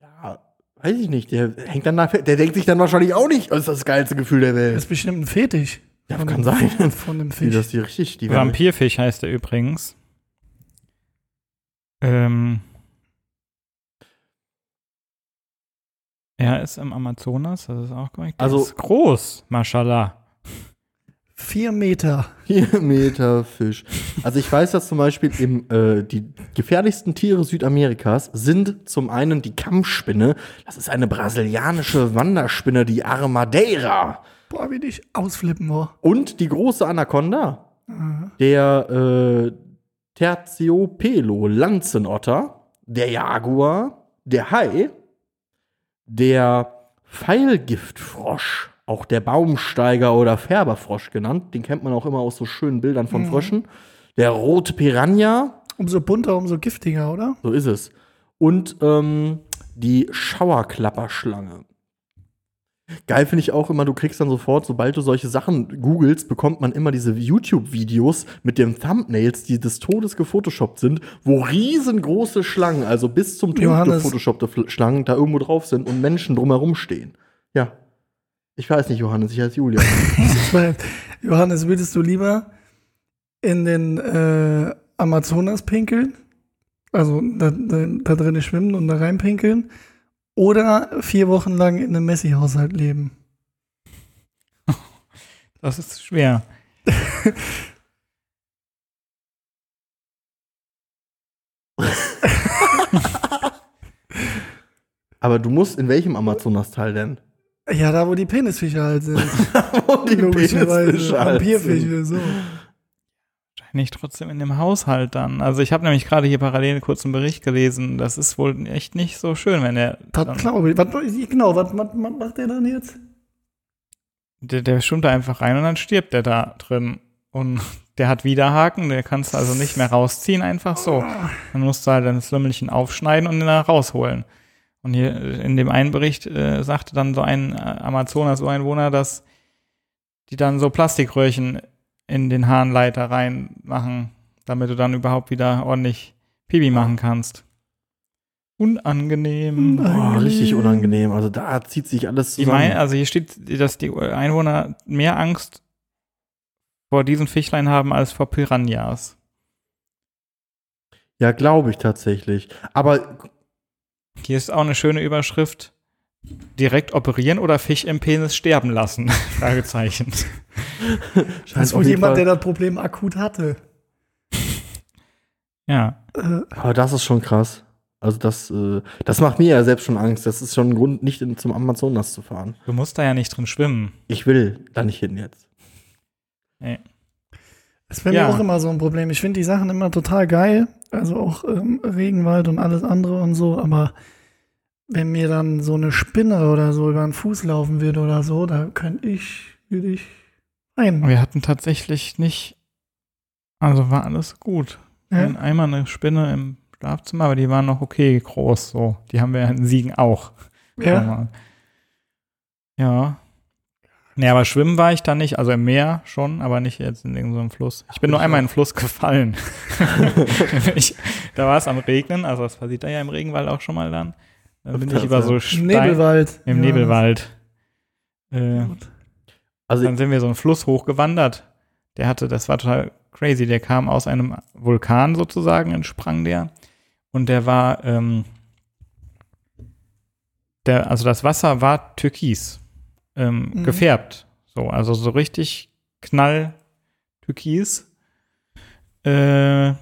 B: ja, weiß ich nicht. Der hängt dann nach, der denkt sich dann wahrscheinlich auch nicht, das ist das geilste Gefühl der
C: Das
B: Welt.
C: ist bestimmt ein Fetisch.
B: Ja,
C: von
B: kann
C: dem-
B: sein.
C: Von dem
B: Wie
C: Fisch.
B: das die richtig, die werden-
A: Vampirfisch heißt er übrigens. Ähm. Er ist im Amazonas, das ist auch korrekt. Der
B: Also-
A: ist groß, mashallah.
C: Vier Meter.
B: Vier Meter Fisch. Also ich weiß, dass zum Beispiel im, äh, die gefährlichsten Tiere Südamerikas sind zum einen die Kammspinne. Das ist eine brasilianische Wanderspinne, die Armadeira.
C: Boah, wie dich ausflippen, oh.
B: Und die große Anaconda, der äh, Terciopelo, Lanzenotter, der Jaguar, der Hai, der Pfeilgiftfrosch, auch der Baumsteiger oder Färberfrosch genannt, den kennt man auch immer aus so schönen Bildern von Fröschen, der Rotpiranha,
C: Umso bunter, umso giftiger, oder?
B: so ist es, und ähm, die Schauerklapperschlange. Geil finde ich auch immer, du kriegst dann sofort, sobald du solche Sachen googelst, bekommt man immer diese YouTube-Videos mit den Thumbnails, die des Todes gefotoshoppt sind, wo riesengroße Schlangen, also bis zum Tod
C: Johannes.
B: gefotoshoppte Fl- Schlangen, da irgendwo drauf sind und Menschen drumherum stehen. Ja. Ich weiß nicht, Johannes, ich heiße Julia.
C: Weil, Johannes, würdest du lieber in den äh, Amazonas pinkeln? Also da, da, da drin schwimmen und da rein pinkeln? Oder vier Wochen lang in einem Messi-Haushalt leben?
A: Das ist schwer.
B: Aber du musst in welchem Amazonas-Teil denn?
C: Ja, da wo die Penisfische halt sind.
B: Und die
C: Logischerweise.
B: Penisfische halt sind.
C: Vampirfische, so.
A: Wahrscheinlich trotzdem in dem Haushalt dann. Also ich habe nämlich gerade hier parallel kurz einen Bericht gelesen. Das ist wohl echt nicht so schön, wenn der.
C: Das
A: dann-
C: glaube ich. Was, genau, was, was, was macht der dann jetzt?
A: Der, der schwimmt da einfach rein und dann stirbt der da drin. Und der hat Widerhaken, der kannst du also nicht mehr rausziehen, einfach so. Dann musst du halt dein Slümmelchen aufschneiden und ihn da rausholen. Und hier äh, in dem einen Bericht äh, sagte dann so ein äh, Amazonas-Ureinwohner, dass die dann so Plastikröhrchen in den Harnleiter reinmachen, damit du dann überhaupt wieder ordentlich Pipi machen kannst. Unangenehm.
B: Boah, richtig unangenehm. Also da zieht sich alles
A: Die
B: zusammen.
A: mein, also hier steht, dass die Einwohner mehr Angst vor diesen Fischlein haben als vor Piranhas.
B: Ja, glaube ich tatsächlich. Aber
A: Hier ist auch eine schöne Überschrift. Direkt operieren oder Fisch im Penis sterben lassen? Fragezeichen.
C: Das
B: scheint
C: ist wohl
B: auf jeden
C: jemand,
B: Fall,
C: der das Problem akut hatte.
A: Ja.
C: Äh,
B: aber das ist schon krass. Also das, äh, das macht mir ja selbst schon Angst. Das ist schon ein Grund, nicht in, zum Amazonas zu fahren.
A: Du musst da ja nicht drin schwimmen.
B: Ich will da nicht hin jetzt.
C: Das wäre
A: Ja.
C: mir auch immer so ein Problem. Ich finde die Sachen immer total geil, also auch ähm, Regenwald und alles andere und so, aber wenn mir dann so eine Spinne oder so über den Fuß laufen würde oder so, da könnte ich, würde ich ein.
A: Wir hatten tatsächlich nicht. Also war alles gut.
C: Ja.
A: Ein Eimer, eine Spinne im Schlafzimmer, aber die waren noch okay groß. So, die haben wir in Siegen auch.
C: Ja.
A: Mal. Ja. Nee, aber schwimmen war ich da nicht. Also im Meer schon, aber nicht jetzt in irgendeinem Fluss. Ich bin nur einmal in den Fluss gefallen. ich, da war es am Regnen, also das passiert da ja im Regenwald auch schon mal dann. Dann bin ich über so
C: Im
A: Stein,
C: Nebelwald.
A: Im
C: Ja,
A: Nebelwald. Äh,
C: das- gut.
B: Also
A: dann sind wir so einen Fluss hochgewandert. Der hatte, das war total crazy. Der kam aus einem Vulkan sozusagen, entsprang der. Und der war, ähm, der, also das Wasser war türkis ähm,
C: Mhm.
A: gefärbt. So, also so richtig knall türkis. Äh,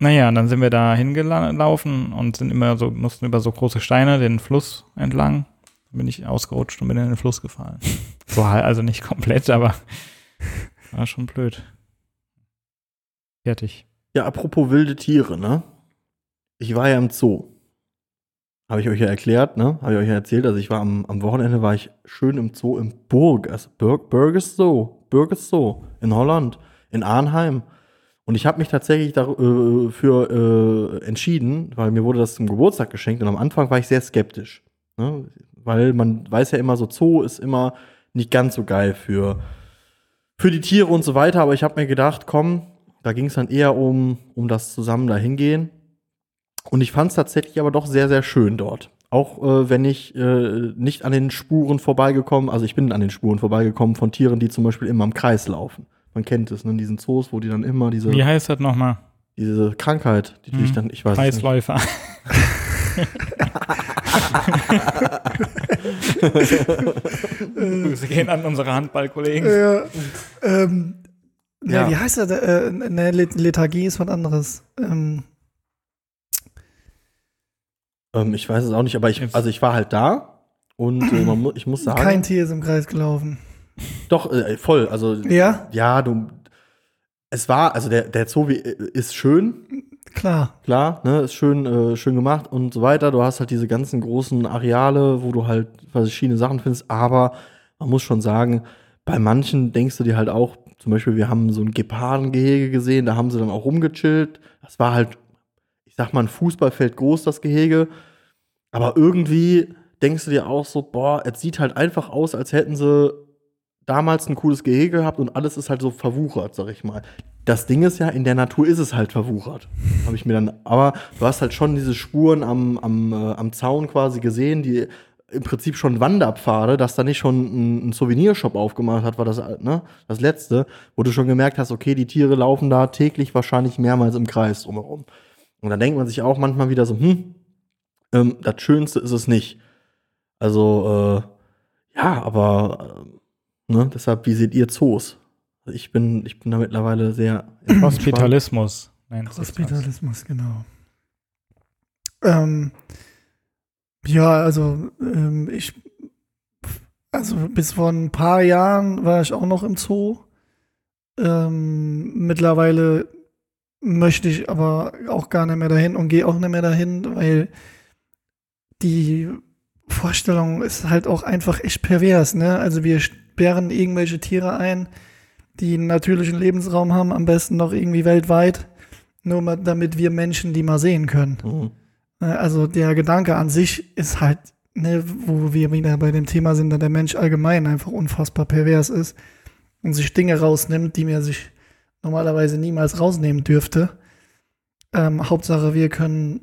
A: naja, und dann sind wir da hingelaufen und sind immer so, mussten über so große Steine den Fluss entlang. Dann bin ich ausgerutscht und bin in den Fluss gefallen. So halt, also nicht komplett, aber war schon blöd. Fertig.
B: Ja, apropos wilde Tiere, ne? Ich war ja im Zoo. Habe ich euch ja erklärt, ne? Habe ich euch ja erzählt, also ich war am, am Wochenende war ich schön im Zoo im Burg, also Burg, Burgers Zoo, Burgers Zoo in Holland, in Arnheim. Und ich habe mich tatsächlich dafür äh, entschieden, weil mir wurde das zum Geburtstag geschenkt und am Anfang war ich sehr skeptisch. Ne? Weil man weiß ja immer, so Zoo ist immer nicht ganz so geil für, für die Tiere und so weiter, aber ich habe mir gedacht, komm, da ging es dann eher um, um das zusammen dahingehen. Und ich fand es tatsächlich aber doch sehr, sehr schön dort. Auch äh, wenn ich äh, nicht an den Spuren vorbeigekommen, also ich bin an den Spuren vorbeigekommen von Tieren, die zum Beispiel immer im Kreis laufen. Man kennt es, ne, in diesen Zoos, wo die dann immer diese,
A: Wie heißt das nochmal?
B: diese Krankheit, die dich
A: Mhm.
B: dann, ich weiß es nicht.
A: Kreisläufer. Grüße gehen an unsere Handballkollegen.
C: Äh, ähm, ne,
B: Ja.
C: Wie heißt das? Äh, ne, Let- Lethargie ist was anderes. Ähm,
B: Ähm, ich weiß es auch nicht, aber ich,
A: Jetzt-
B: also ich war halt da und äh, man mu ich muss sagen,
C: kein Tier ist im Kreis gelaufen.
B: doch äh, voll, also
C: Ja,
B: ja, du, es war, also der, der Zoo wie- ist schön,
C: klar.
B: klar, ne, ist schön, äh, schön gemacht und so weiter. Du hast halt diese ganzen großen Areale, wo du halt verschiedene Sachen findest, aber man muss schon sagen, bei manchen denkst du dir halt auch, zum Beispiel, wir haben so ein Gepardengehege gesehen, da haben sie dann auch rumgechillt. Das war halt, ich sag mal, ein Fußballfeld groß, das Gehege. Aber irgendwie denkst du dir auch so, boah, es sieht halt einfach aus, als hätten sie damals ein cooles Gehege gehabt und alles ist halt so verwuchert, sag ich mal. Das Ding ist ja, in der Natur ist es halt verwuchert. Habe ich mir dann, aber du hast halt schon diese Spuren am, am, äh, am Zaun quasi gesehen, die im Prinzip schon Wanderpfade, dass da nicht schon ein, ein Souvenirshop aufgemacht hat, war das, äh, ne, das letzte, wo du schon gemerkt hast, okay, die Tiere laufen da täglich wahrscheinlich mehrmals im Kreis drumherum. Und dann denkt man sich auch manchmal wieder so, hm, ähm, das Schönste ist es nicht. Also, äh, ja, aber, äh, ne, deshalb, wie seht ihr Zoos? Ich bin, ich bin da mittlerweile sehr entspannt.
A: Hospitalismus. Nein, das ist das.
C: Äh, Hospitalismus, genau. Ähm, ja, also ähm, ich, also bis vor ein paar Jahren war ich auch noch im Zoo. Ähm, mittlerweile möchte ich aber auch gar nicht mehr dahin und gehe auch nicht mehr dahin, weil die Vorstellung ist halt auch einfach echt pervers, ne? Also wir sperren irgendwelche Tiere ein, die einen natürlichen Lebensraum haben, am besten noch irgendwie weltweit, nur mal, damit wir Menschen die mal sehen können.
B: Mhm.
C: Äh, Also der Gedanke an sich ist halt, ne, wo wir wieder bei dem Thema sind, dass der Mensch allgemein einfach unfassbar pervers ist und sich Dinge rausnimmt, die man sich normalerweise niemals rausnehmen dürfte. Ähm, Hauptsache, wir können,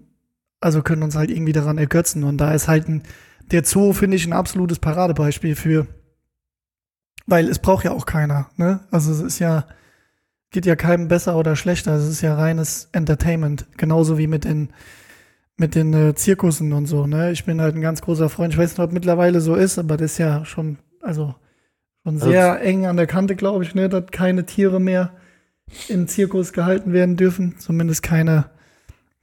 C: also können uns halt irgendwie daran ergötzen. Und da ist halt ein, der Zoo, finde ich, ein absolutes Paradebeispiel für, weil es braucht ja auch keiner, ne? Also es ist ja geht ja keinem besser oder schlechter. Es ist ja reines Entertainment. Genauso wie mit den, mit den äh, Zirkussen und so. Ne? Ich bin halt ein ganz großer Freund. Ich weiß nicht, ob mittlerweile so ist, aber das ist ja schon, also schon
B: Also
C: sehr eng an der Kante, glaube ich, ne? dass keine Tiere mehr im Zirkus gehalten werden dürfen. Zumindest keine,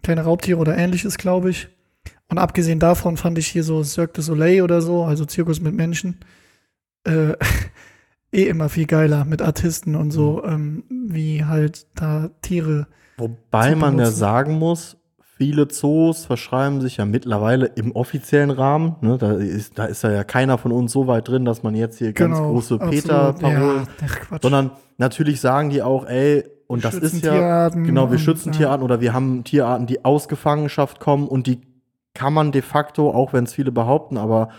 C: keine Raubtiere oder ähnliches, glaube ich. Und abgesehen davon fand ich hier so Cirque du Soleil oder so, also Zirkus mit Menschen, äh, eh immer viel geiler mit Artisten und so,
B: Mhm.
C: ähm, wie halt da Tiere.
B: Wobei
C: zu
B: man ja
C: benutzen.
B: sagen muss, viele Zoos verschreiben sich ja mittlerweile im offiziellen Rahmen. Ne? Da, ist, da ist ja keiner von uns so weit drin, dass man jetzt hier ganz große
C: Genau, absolut,
B: Peter-Parolen.
C: Ja, ach Quatsch.
B: Sondern natürlich sagen die auch, ey, und das
C: Schützen
B: ist ja.
C: Tierarten
B: Genau, wir
C: und,
B: schützen
C: ja.
B: Tierarten oder wir haben Tierarten, die aus Gefangenschaft kommen und die kann man de facto, auch wenn es viele behaupten, aber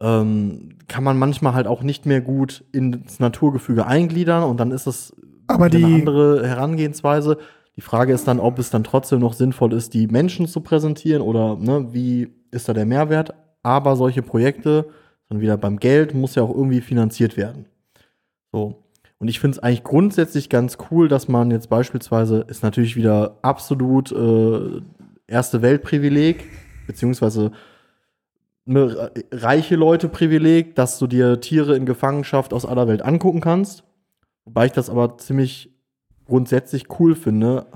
B: ähm, kann man manchmal halt auch nicht mehr gut ins Naturgefüge eingliedern und dann ist das
C: Aber
B: wieder eine
C: die,
B: andere Herangehensweise. Die Frage ist dann, ob es dann trotzdem noch sinnvoll ist, die Menschen zu präsentieren oder ne, wie ist da der Mehrwert. Aber solche Projekte, dann wieder beim Geld, muss ja auch irgendwie finanziert werden. So. Und ich finde es eigentlich grundsätzlich ganz cool, dass man jetzt beispielsweise, ist natürlich wieder absolut äh, erste Weltprivileg, beziehungsweise ne, re- reiche Leute Privileg, dass du dir Tiere in Gefangenschaft aus aller Welt angucken kannst. Wobei ich das aber ziemlich grundsätzlich cool finde.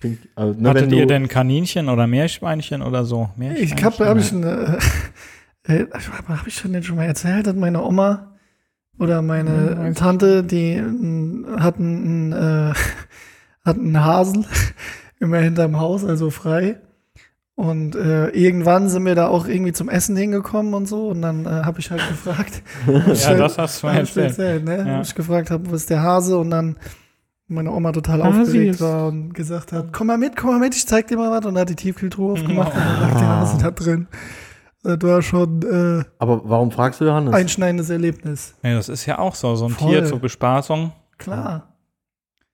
B: Klingt, also, ne,
A: Hattet
B: wenn
A: ihr
B: du-
A: denn Kaninchen oder Meerschweinchen oder so?
C: ich
A: Meerschweinchen.
C: habe hab ich, schon, äh, äh, hab ich schon, schon mal erzählt, dass meine Oma oder meine
A: Hm, weiß ich
C: Tante, die äh, hatten, einen, äh, hatten einen Hasen immer hinterm Haus, also frei. Und äh, irgendwann sind wir da auch irgendwie zum Essen hingekommen und so. Und dann äh, habe ich halt gefragt,
A: Ja, das hast du mir
C: Hab ich dir
A: erzählt.
C: erzählt, ne?
A: Ja.
C: Wo ich gefragt habe, wo ist der Hase und dann meine Oma total
A: Ah,
C: aufgeregt
A: süß.
C: war und gesagt hat, komm mal mit, komm mal mit, ich zeig dir mal was und hat die Tiefkühltruhe aufgemacht und dann lag der Hase da drin. Das war schon äh,
B: Aber warum fragst du Johannes?
C: einschneidendes Erlebnis.
A: Nee, das ist ja auch so. So ein
C: Voll.
A: Tier zur Bespaßung.
C: Klar.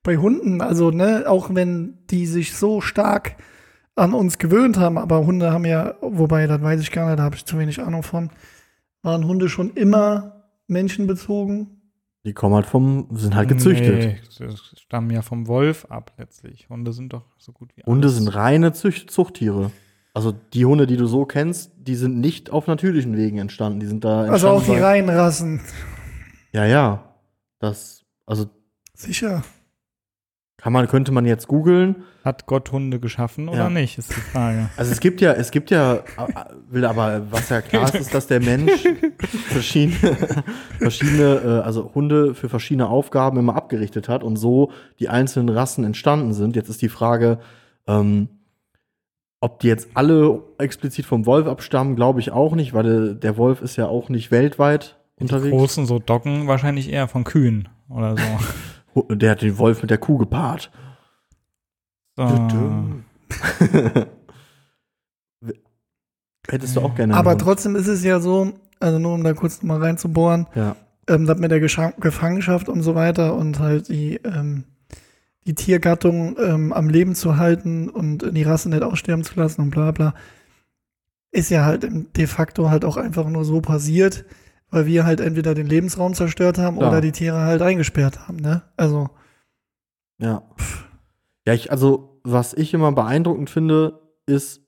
C: Bei Hunden, also, ne, auch wenn die sich so stark an uns gewöhnt haben, aber Hunde haben ja, wobei, das weiß ich gar nicht, da habe ich zu wenig Ahnung von, waren Hunde schon immer menschenbezogen,
B: die kommen halt vom, sind halt gezüchtet.
A: Nee, das stammen ja vom Wolf ab letztlich. Hunde sind doch so gut wie
B: Hunde
A: alles.
B: sind reine Zücht Zuchttiere. Also die Hunde, die du so kennst, die sind nicht auf natürlichen Wegen entstanden. Die sind da entstanden.
C: Also auch die
B: bei-
C: reinen Rassen.
B: Ja, ja. Das, also
C: Sicher.
B: kann man, könnte man jetzt googeln.
A: Hat Gott Hunde geschaffen oder
B: Ja.
A: nicht, ist die Frage.
B: Also es gibt ja, es gibt ja, will aber, was ja klar ist, ist, dass der Mensch verschiedene, verschiedene, äh, also Hunde für verschiedene Aufgaben immer abgerichtet hat und so die einzelnen Rassen entstanden sind. Jetzt ist die Frage, ähm, ob die jetzt alle explizit vom Wolf abstammen, glaube ich auch nicht, weil äh, der Wolf ist ja auch nicht weltweit
A: Die
B: unterwegs.
A: großen so Doggen wahrscheinlich eher von Kühen oder so.
B: Hu- Der hat den Wolf mit der Kuh gepaart.
A: so.
B: Hättest du auch gerne. einen
C: Aber
B: Hund.
C: trotzdem ist es ja so, also nur um da kurz noch mal reinzubohren,
B: Ja.
C: ähm, das mit der Gescha- Gefangenschaft und so weiter und halt die, ähm, die Tiergattung ähm, am Leben zu halten und die Rasse nicht aussterben zu lassen und bla bla, ist ja halt im- de facto halt auch einfach nur so passiert, weil wir halt entweder den Lebensraum zerstört haben
B: Ja.
C: oder die Tiere halt eingesperrt haben, ne? Also,
B: Ja. Ja, ich, also, was ich immer beeindruckend finde, ist,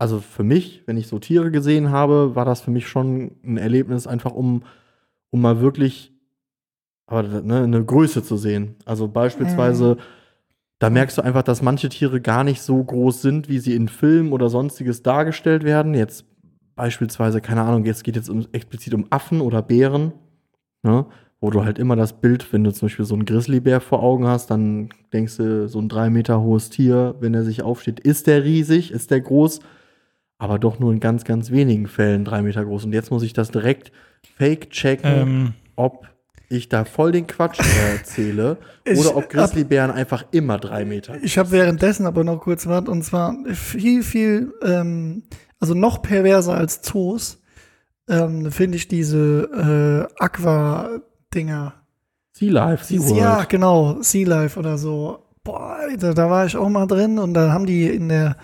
B: also für mich, wenn ich so Tiere gesehen habe, war das für mich schon ein Erlebnis, einfach um, um mal wirklich aber, ne, eine Größe zu sehen. Also beispielsweise, da merkst du einfach, dass manche Tiere gar nicht so groß sind, wie sie in Filmen oder sonstiges dargestellt werden. Jetzt beispielsweise, keine Ahnung, jetzt geht jetzt um, explizit um Affen oder Bären, ne? wo du halt immer das Bild, wenn du zum Beispiel so einen Grizzlybär vor Augen hast, dann denkst du, so ein drei Meter hohes Tier, wenn er sich aufsteht, ist der riesig, ist der groß, aber doch nur in ganz, ganz wenigen Fällen drei Meter groß. Und jetzt muss ich das direkt fake checken,
A: Ähm,
B: ob ich da voll den Quatsch erzähle
C: Ich-
B: oder ob Grizzlybären einfach immer drei Meter.
C: Ich habe währenddessen aber noch kurz was und zwar viel, viel, ähm, also noch perverser als Zoos, ähm, finde ich diese äh, Aqua-Dinger.
B: Sea Life, Sea World.
C: Ja, genau, Sea Life oder so. Boah, Alter, da war ich auch mal drin und da haben die in der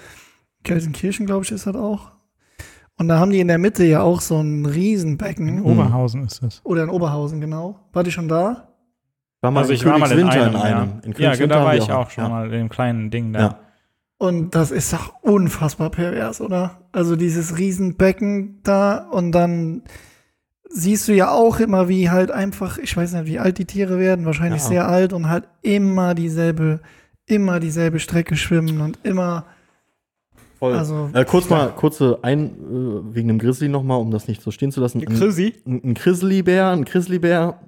C: Gelsenkirchen, glaube ich, ist das auch. Und da haben die in der Mitte ja auch so ein Riesenbecken.
A: Hm. Mhm. Oberhausen ist das.
C: Oder in Oberhausen, genau. War die schon da?
B: War mal
A: also
B: in
A: ich war mal in
B: Königswinter
A: einem.
B: in einem.
A: Ja,
B: In
A: ja
B: Königswinter
A: genau, da
B: haben
A: war
B: wir
A: ich auch schon
B: ja.
A: mal in dem kleinen Ding da.
B: Ja.
C: Und das ist doch unfassbar pervers, oder? Also dieses Riesenbecken da und dann siehst du ja auch immer, wie halt einfach, ich weiß nicht, wie alt die Tiere werden, wahrscheinlich
B: Ja.
C: sehr alt und halt immer dieselbe, immer dieselbe Strecke schwimmen und immer,
B: Voll.
C: also
B: äh, kurz mal, kurze ein, äh, wegen dem Grizzly nochmal, um das nicht so stehen zu lassen. Ein,
A: Chrissy?
B: ein ein Grizzlybär, ein Grizzlybär,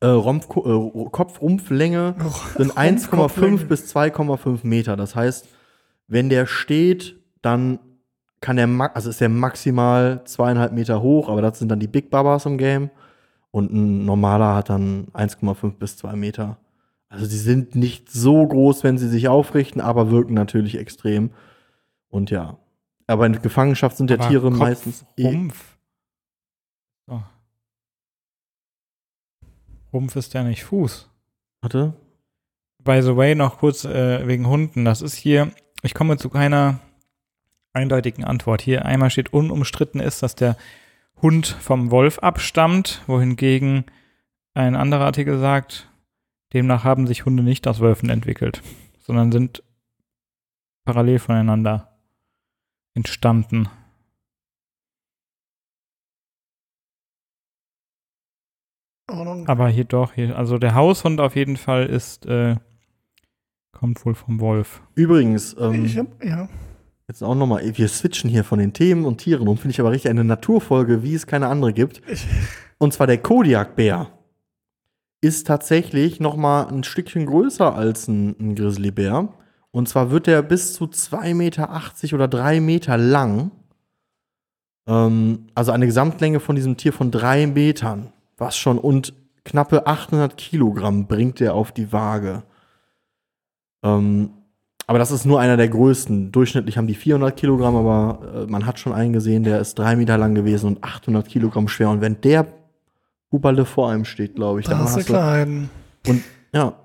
B: äh, Rumpf, äh, Ru- Kopfrumpflänge sind 1,5 bis 2,5 Meter. Das heißt, wenn der steht, dann kann der, ma- also ist der maximal zweieinhalb Meter hoch, aber das sind dann die Big Babas im Game. Und ein normaler hat dann 1,5 bis 2 Meter. Also die sind nicht so groß, wenn sie sich aufrichten, aber wirken natürlich extrem. Und ja. Aber in Gefangenschaft sind ja
A: Aber
B: Tiere
A: Kopf,
B: meistens eh.
A: Rumpf. So. Rumpf ist ja nicht Fuß.
B: Warte.
A: By the way, noch kurz äh, wegen Hunden. Das ist hier, ich komme zu keiner eindeutigen Antwort. Hier einmal steht, unumstritten ist, dass der Hund vom Wolf abstammt, wohingegen ein anderer Artikel sagt, demnach haben sich Hunde nicht aus Wölfen entwickelt, sondern sind parallel voneinander entstanden.
C: Oh,
A: Aber hier doch, hier, also der Haushund auf jeden Fall ist, äh, kommt wohl vom Wolf.
B: Übrigens, ähm,
C: Ich hab, ja.
B: Jetzt auch nochmal, wir switchen hier von den Themen und Tieren um, finde ich aber richtig eine Naturfolge, wie es keine andere gibt.
C: Ich-
B: Und zwar der Kodiakbär ist tatsächlich nochmal ein Stückchen größer als ein, ein Grizzlybär. Und zwar wird er bis zu 2,80 Meter oder 3 Meter lang. Ähm, also eine Gesamtlänge von diesem Tier von 3 Metern. Was schon und knappe 800 Kilogramm bringt er auf die Waage. Ähm, aber das ist nur einer der größten. Durchschnittlich haben die 400 Kilogramm, aber äh, man hat schon einen gesehen, der ist drei Meter lang gewesen und 800 Kilogramm schwer. Und wenn der Huberle vor einem steht, glaube ich,
C: Da
B: dann
C: hast du Klarheiten.
B: Und ja,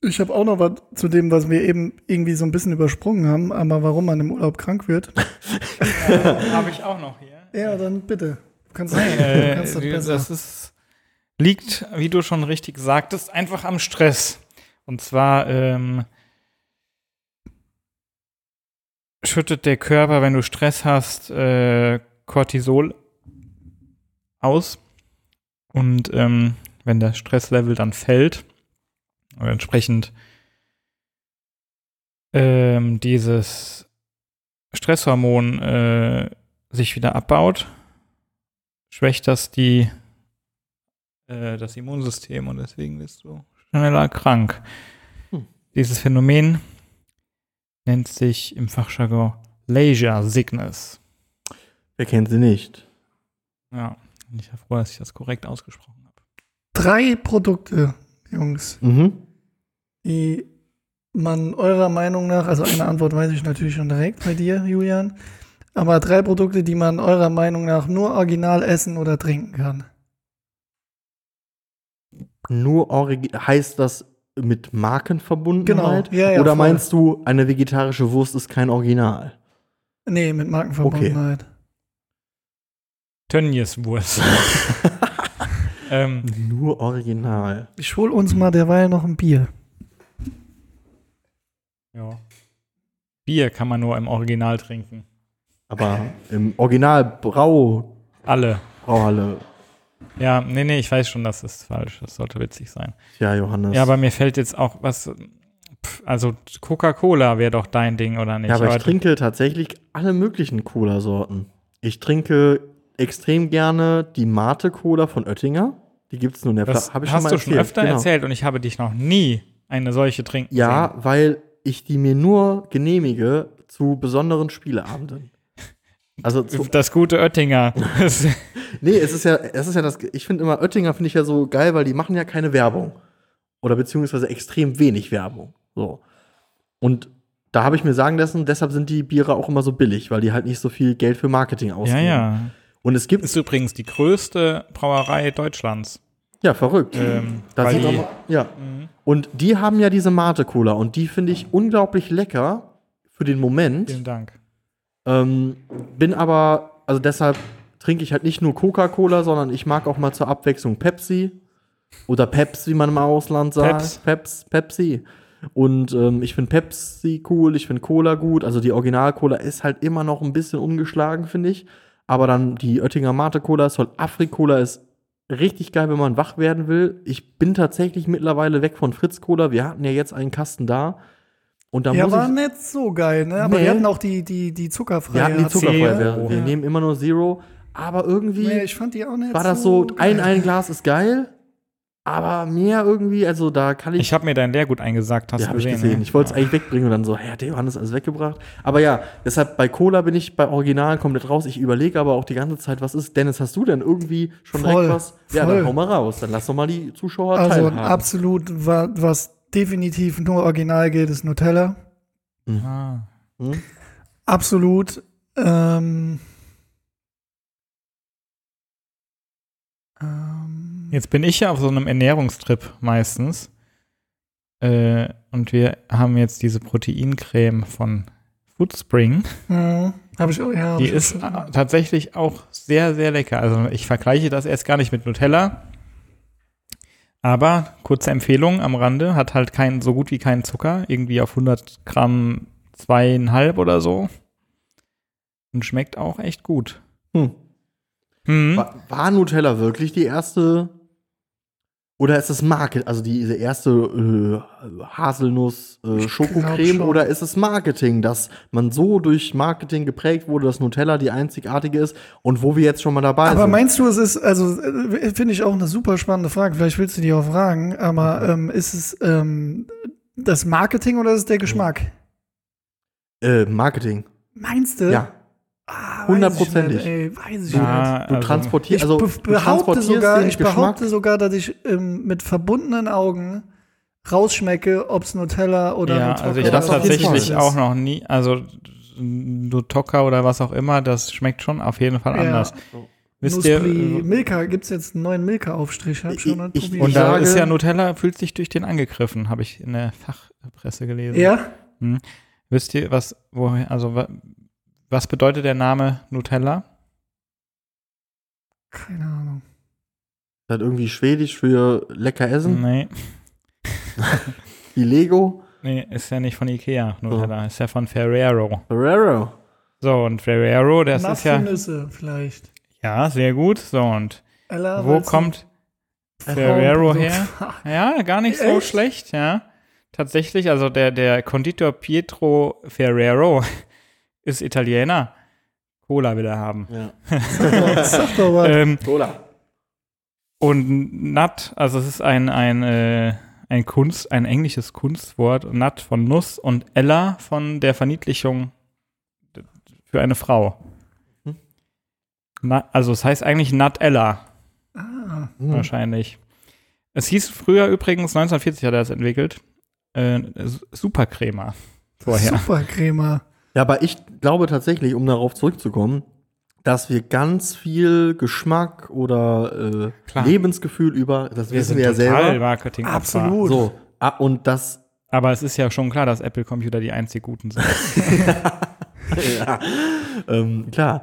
C: Ich habe auch noch was zu dem, was wir eben irgendwie so ein bisschen übersprungen haben, aber warum man im Urlaub krank wird.
A: Habe Äh, ich auch noch hier.
C: Ja, dann bitte. Kannst du
A: Äh,
C: kannst das
A: die-
C: besser.
A: das ist, liegt, wie du schon richtig sagtest, einfach am Stress. Und zwar ähm, schüttet der Körper, wenn du Stress hast, äh, Cortisol aus. Und ähm, wenn der Stresslevel dann fällt, oder entsprechend ähm, dieses Stresshormon äh, sich wieder abbaut, schwächt das die äh, das Immunsystem und deswegen wirst du schneller krank.
B: Hm.
A: Dieses Phänomen nennt sich im Fachjargon Leisure Sickness.
B: wer kennt sie nicht?
A: Ja, bin ich ja froh, dass ich das korrekt ausgesprochen habe.
C: Drei Produkte, Jungs,
B: Mhm.
C: die man eurer Meinung nach, also eine Antwort weiß ich natürlich schon direkt bei dir, Julian, aber drei Produkte, die man eurer Meinung nach nur original essen oder trinken kann.
B: Nur origi heißt das mit Markenverbundenheit?
C: Genau, ja, ja,
B: Oder
C: voll.
B: meinst du, eine vegetarische Wurst ist kein Original?
C: Nee, mit Markenverbundenheit.
A: Tönnies Wurst. ähm,
B: Nur Original.
C: Ich hol uns mal derweil noch ein Bier.
A: ja. Bier kann man nur im Original trinken.
B: Aber im Original Brau
A: Alle.
B: Brauhalle.
A: Ja, nee, nee, ich weiß schon, das ist falsch. Das sollte witzig sein.
B: Tja, Johannes.
A: Ja, aber mir fällt jetzt auch was. Pff, also Coca-Cola wäre doch dein Ding, oder nicht?
B: Ja, aber ich trinke tatsächlich alle möglichen Cola-Sorten. Ich trinke extrem gerne die Mate-Cola von Oettinger. Die gibt's nur in der
A: das
B: Fla- hab
A: hast du schon öfter
B: genau.
A: erzählt und ich habe dich noch nie eine solche trinken
B: Ja,
A: sehen.
B: weil ich die mir nur genehmige zu besonderen Spieleabenden. Also zu,
A: Das gute Oettinger. Das-
B: nee, es ist ja, es ist ja das. Ich finde immer Oettinger finde ich ja so geil, weil die machen ja keine Werbung oder beziehungsweise extrem wenig Werbung. So und da habe ich mir sagen lassen, deshalb sind die Biere auch immer so billig, weil die halt nicht so viel Geld für Marketing
A: ja,
B: ausgeben.
A: ja.
B: Und es gibt
A: Ist übrigens die größte Brauerei Deutschlands.
B: Ja, verrückt.
A: Ähm,
B: da
A: weil
B: sind
A: die, Mhm.
B: auch, ja. Und die haben ja diese Mate-Cola und die finde ich unglaublich lecker für den
A: vielen
B: Moment.
A: Dank.
B: Ähm, bin aber, also deshalb trinke ich halt nicht nur Coca-Cola, sondern ich mag auch mal zur Abwechslung Pepsi. Oder Peps, wie man im Ausland sagt.
A: Peps.
B: Peps, Pepsi. Und ähm, ich finde Pepsi cool, ich finde Cola gut. Also die Original-Cola ist halt immer noch ein bisschen ungeschlagen, finde ich. Aber dann die Oettinger Mate-Cola, Sol Afri-Cola ist richtig geil, wenn man wach werden will. Ich bin tatsächlich mittlerweile weg von Fritz-Cola. Wir hatten ja jetzt einen Kasten da. Und da
C: ja,
B: muss
C: war
B: ich
C: nicht so geil, ne? Aber
B: Nee.
C: wir hatten auch die, die, die zuckerfreie.
B: Wir hatten die
C: AC,
B: zuckerfreie.
C: ne?
B: Wir, wir
C: Ja.
B: nehmen immer nur Zero. Aber irgendwie
C: Nee, ich fand die auch nicht
B: war das so, ein,
C: geil.
B: ein Glas ist geil, aber mehr irgendwie, also da kann ich.
A: Ich habe mir dein Lehrgut eingesagt, hast
B: ja,
A: du
B: hab ich
A: gesehen.
B: gesehen.
A: ne?
B: Ich wollte es eigentlich wegbringen und dann so, ja, der Johannes hat alles weggebracht. Aber ja, deshalb bei Cola bin ich bei Original komplett raus. Ich überlege aber auch die ganze Zeit, was ist. Dennis, hast du denn irgendwie schon
C: Voll,
B: direkt was? Ja, dann
C: voll.
B: hau mal raus. Dann lass doch mal die Zuschauer
C: Also
B: teilhaben.
C: absolut, wa- was definitiv nur original gilt, ist Nutella.
A: Ah.
B: Hm?
C: Absolut. Ähm, ähm,
A: Jetzt bin ich ja auf so einem Ernährungstrip meistens. Äh, und wir haben jetzt diese Proteincreme von Foodspring.
C: mh, hm, hab ich auch, ja. hab
A: Die
C: ich auch
A: ist
C: schon.
A: äh, tatsächlich auch sehr, sehr lecker. Also ich vergleiche das erst gar nicht mit Nutella. Aber kurze Empfehlung am Rande, hat halt keinen, so gut wie keinen Zucker, irgendwie auf 100 Gramm zweieinhalb oder so. Und schmeckt auch echt gut.
B: Hm.
A: Hm.
B: War, war Nutella wirklich die erste? Oder ist es Market, also die, diese erste äh, Haselnuss äh,
C: Ich glaub
B: Schokocreme
C: schon.
B: oder ist es Marketing, dass man so durch Marketing geprägt wurde, dass Nutella die einzigartige ist und wo wir jetzt schon mal dabei
C: Aber
B: sind.
C: meinst du, es ist, also äh, finde ich auch eine super spannende Frage, vielleicht willst du die auch fragen, aber ähm, ist es ähm, das Marketing oder ist es der Geschmack?
B: äh, Marketing.
C: Meinst du?
B: Ja.
C: Ah, weiß ich
B: Hundertprozentig.
C: nicht, ey, Weiß ich
B: Du,
C: nicht.
A: Ja,
B: du
A: also-
B: transportierst,
C: Ich
B: also
C: be-
B: du
C: behaupte
B: transportierst
C: sogar,
B: den
C: ich
B: Geschmack.
C: behaupte sogar, dass ich ähm, mit verbundenen Augen rausschmecke, ob's Nutella oder
A: ja,
C: Nutella
A: also ich
B: Ja,
A: habe
B: das
C: oder
B: auf jeden
A: tatsächlich
B: Fall.
A: auch noch nie, also Nutoka oder was auch immer, das schmeckt schon auf jeden Fall
C: Ja.
A: anders. Wisst
C: Wisst ihr,
A: ihr, äh,
C: Milka, gibt's jetzt einen neuen Milka-Aufstrich? Hab schon mal
B: Ich- ich-
C: probiert.
A: Und da
B: sage-
A: ist ja Nutella, fühlt sich durch den angegriffen, habe ich in der Fachpresse gelesen.
C: ja?
A: Wisst ihr, was, woher, also wa- was bedeutet der Name Nutella?
C: Keine Ahnung.
B: Das hat irgendwie Schwedisch für lecker essen,
A: Nee,
B: wie Lego,
A: nee, ist ja nicht von Ikea, Nutella,
B: Oh.
A: ist ja von Ferrero.
B: Ferrero.
A: So, und Ferrero, das ist ja,
C: Nüsse vielleicht.
A: ja, sehr gut. So, und
C: Ella,
A: wo
C: weil's
A: kommt
C: ein
A: Ferrero
C: Frauenprodukt
A: her?
C: war.
A: Ja, gar nicht so
C: Echt?
A: schlecht, ja. Tatsächlich, also der, der Konditor Pietro Ferrero ist Italiener. Cola will er haben.
B: Ja.
C: Sag doch mal.
A: Ähm,
B: Cola.
A: Und Nut, also es ist ein, ein, äh, ein Kunst, ein englisches Kunstwort, Nut von Nuss und Ella von der Verniedlichung d- für eine Frau.
B: Hm.
A: Na, also es heißt eigentlich Nut Ella
C: Ah,
B: Hm.
A: wahrscheinlich. Es hieß früher übrigens, 1940 hat er es entwickelt, äh, S- Supercrema vorher.
C: Supercrema.
B: Ja, aber ich glaube tatsächlich, um darauf zurückzukommen, dass wir ganz viel Geschmack oder äh,
A: Klar.
B: Lebensgefühl über, das wissen wir ja selber.
A: Marketing. Absolut.
C: Absolut.
B: So, ah, und das,
A: Aber es ist ja schon klar, dass Apple-Computer die einzig guten sind.
B: ja, ähm, klar.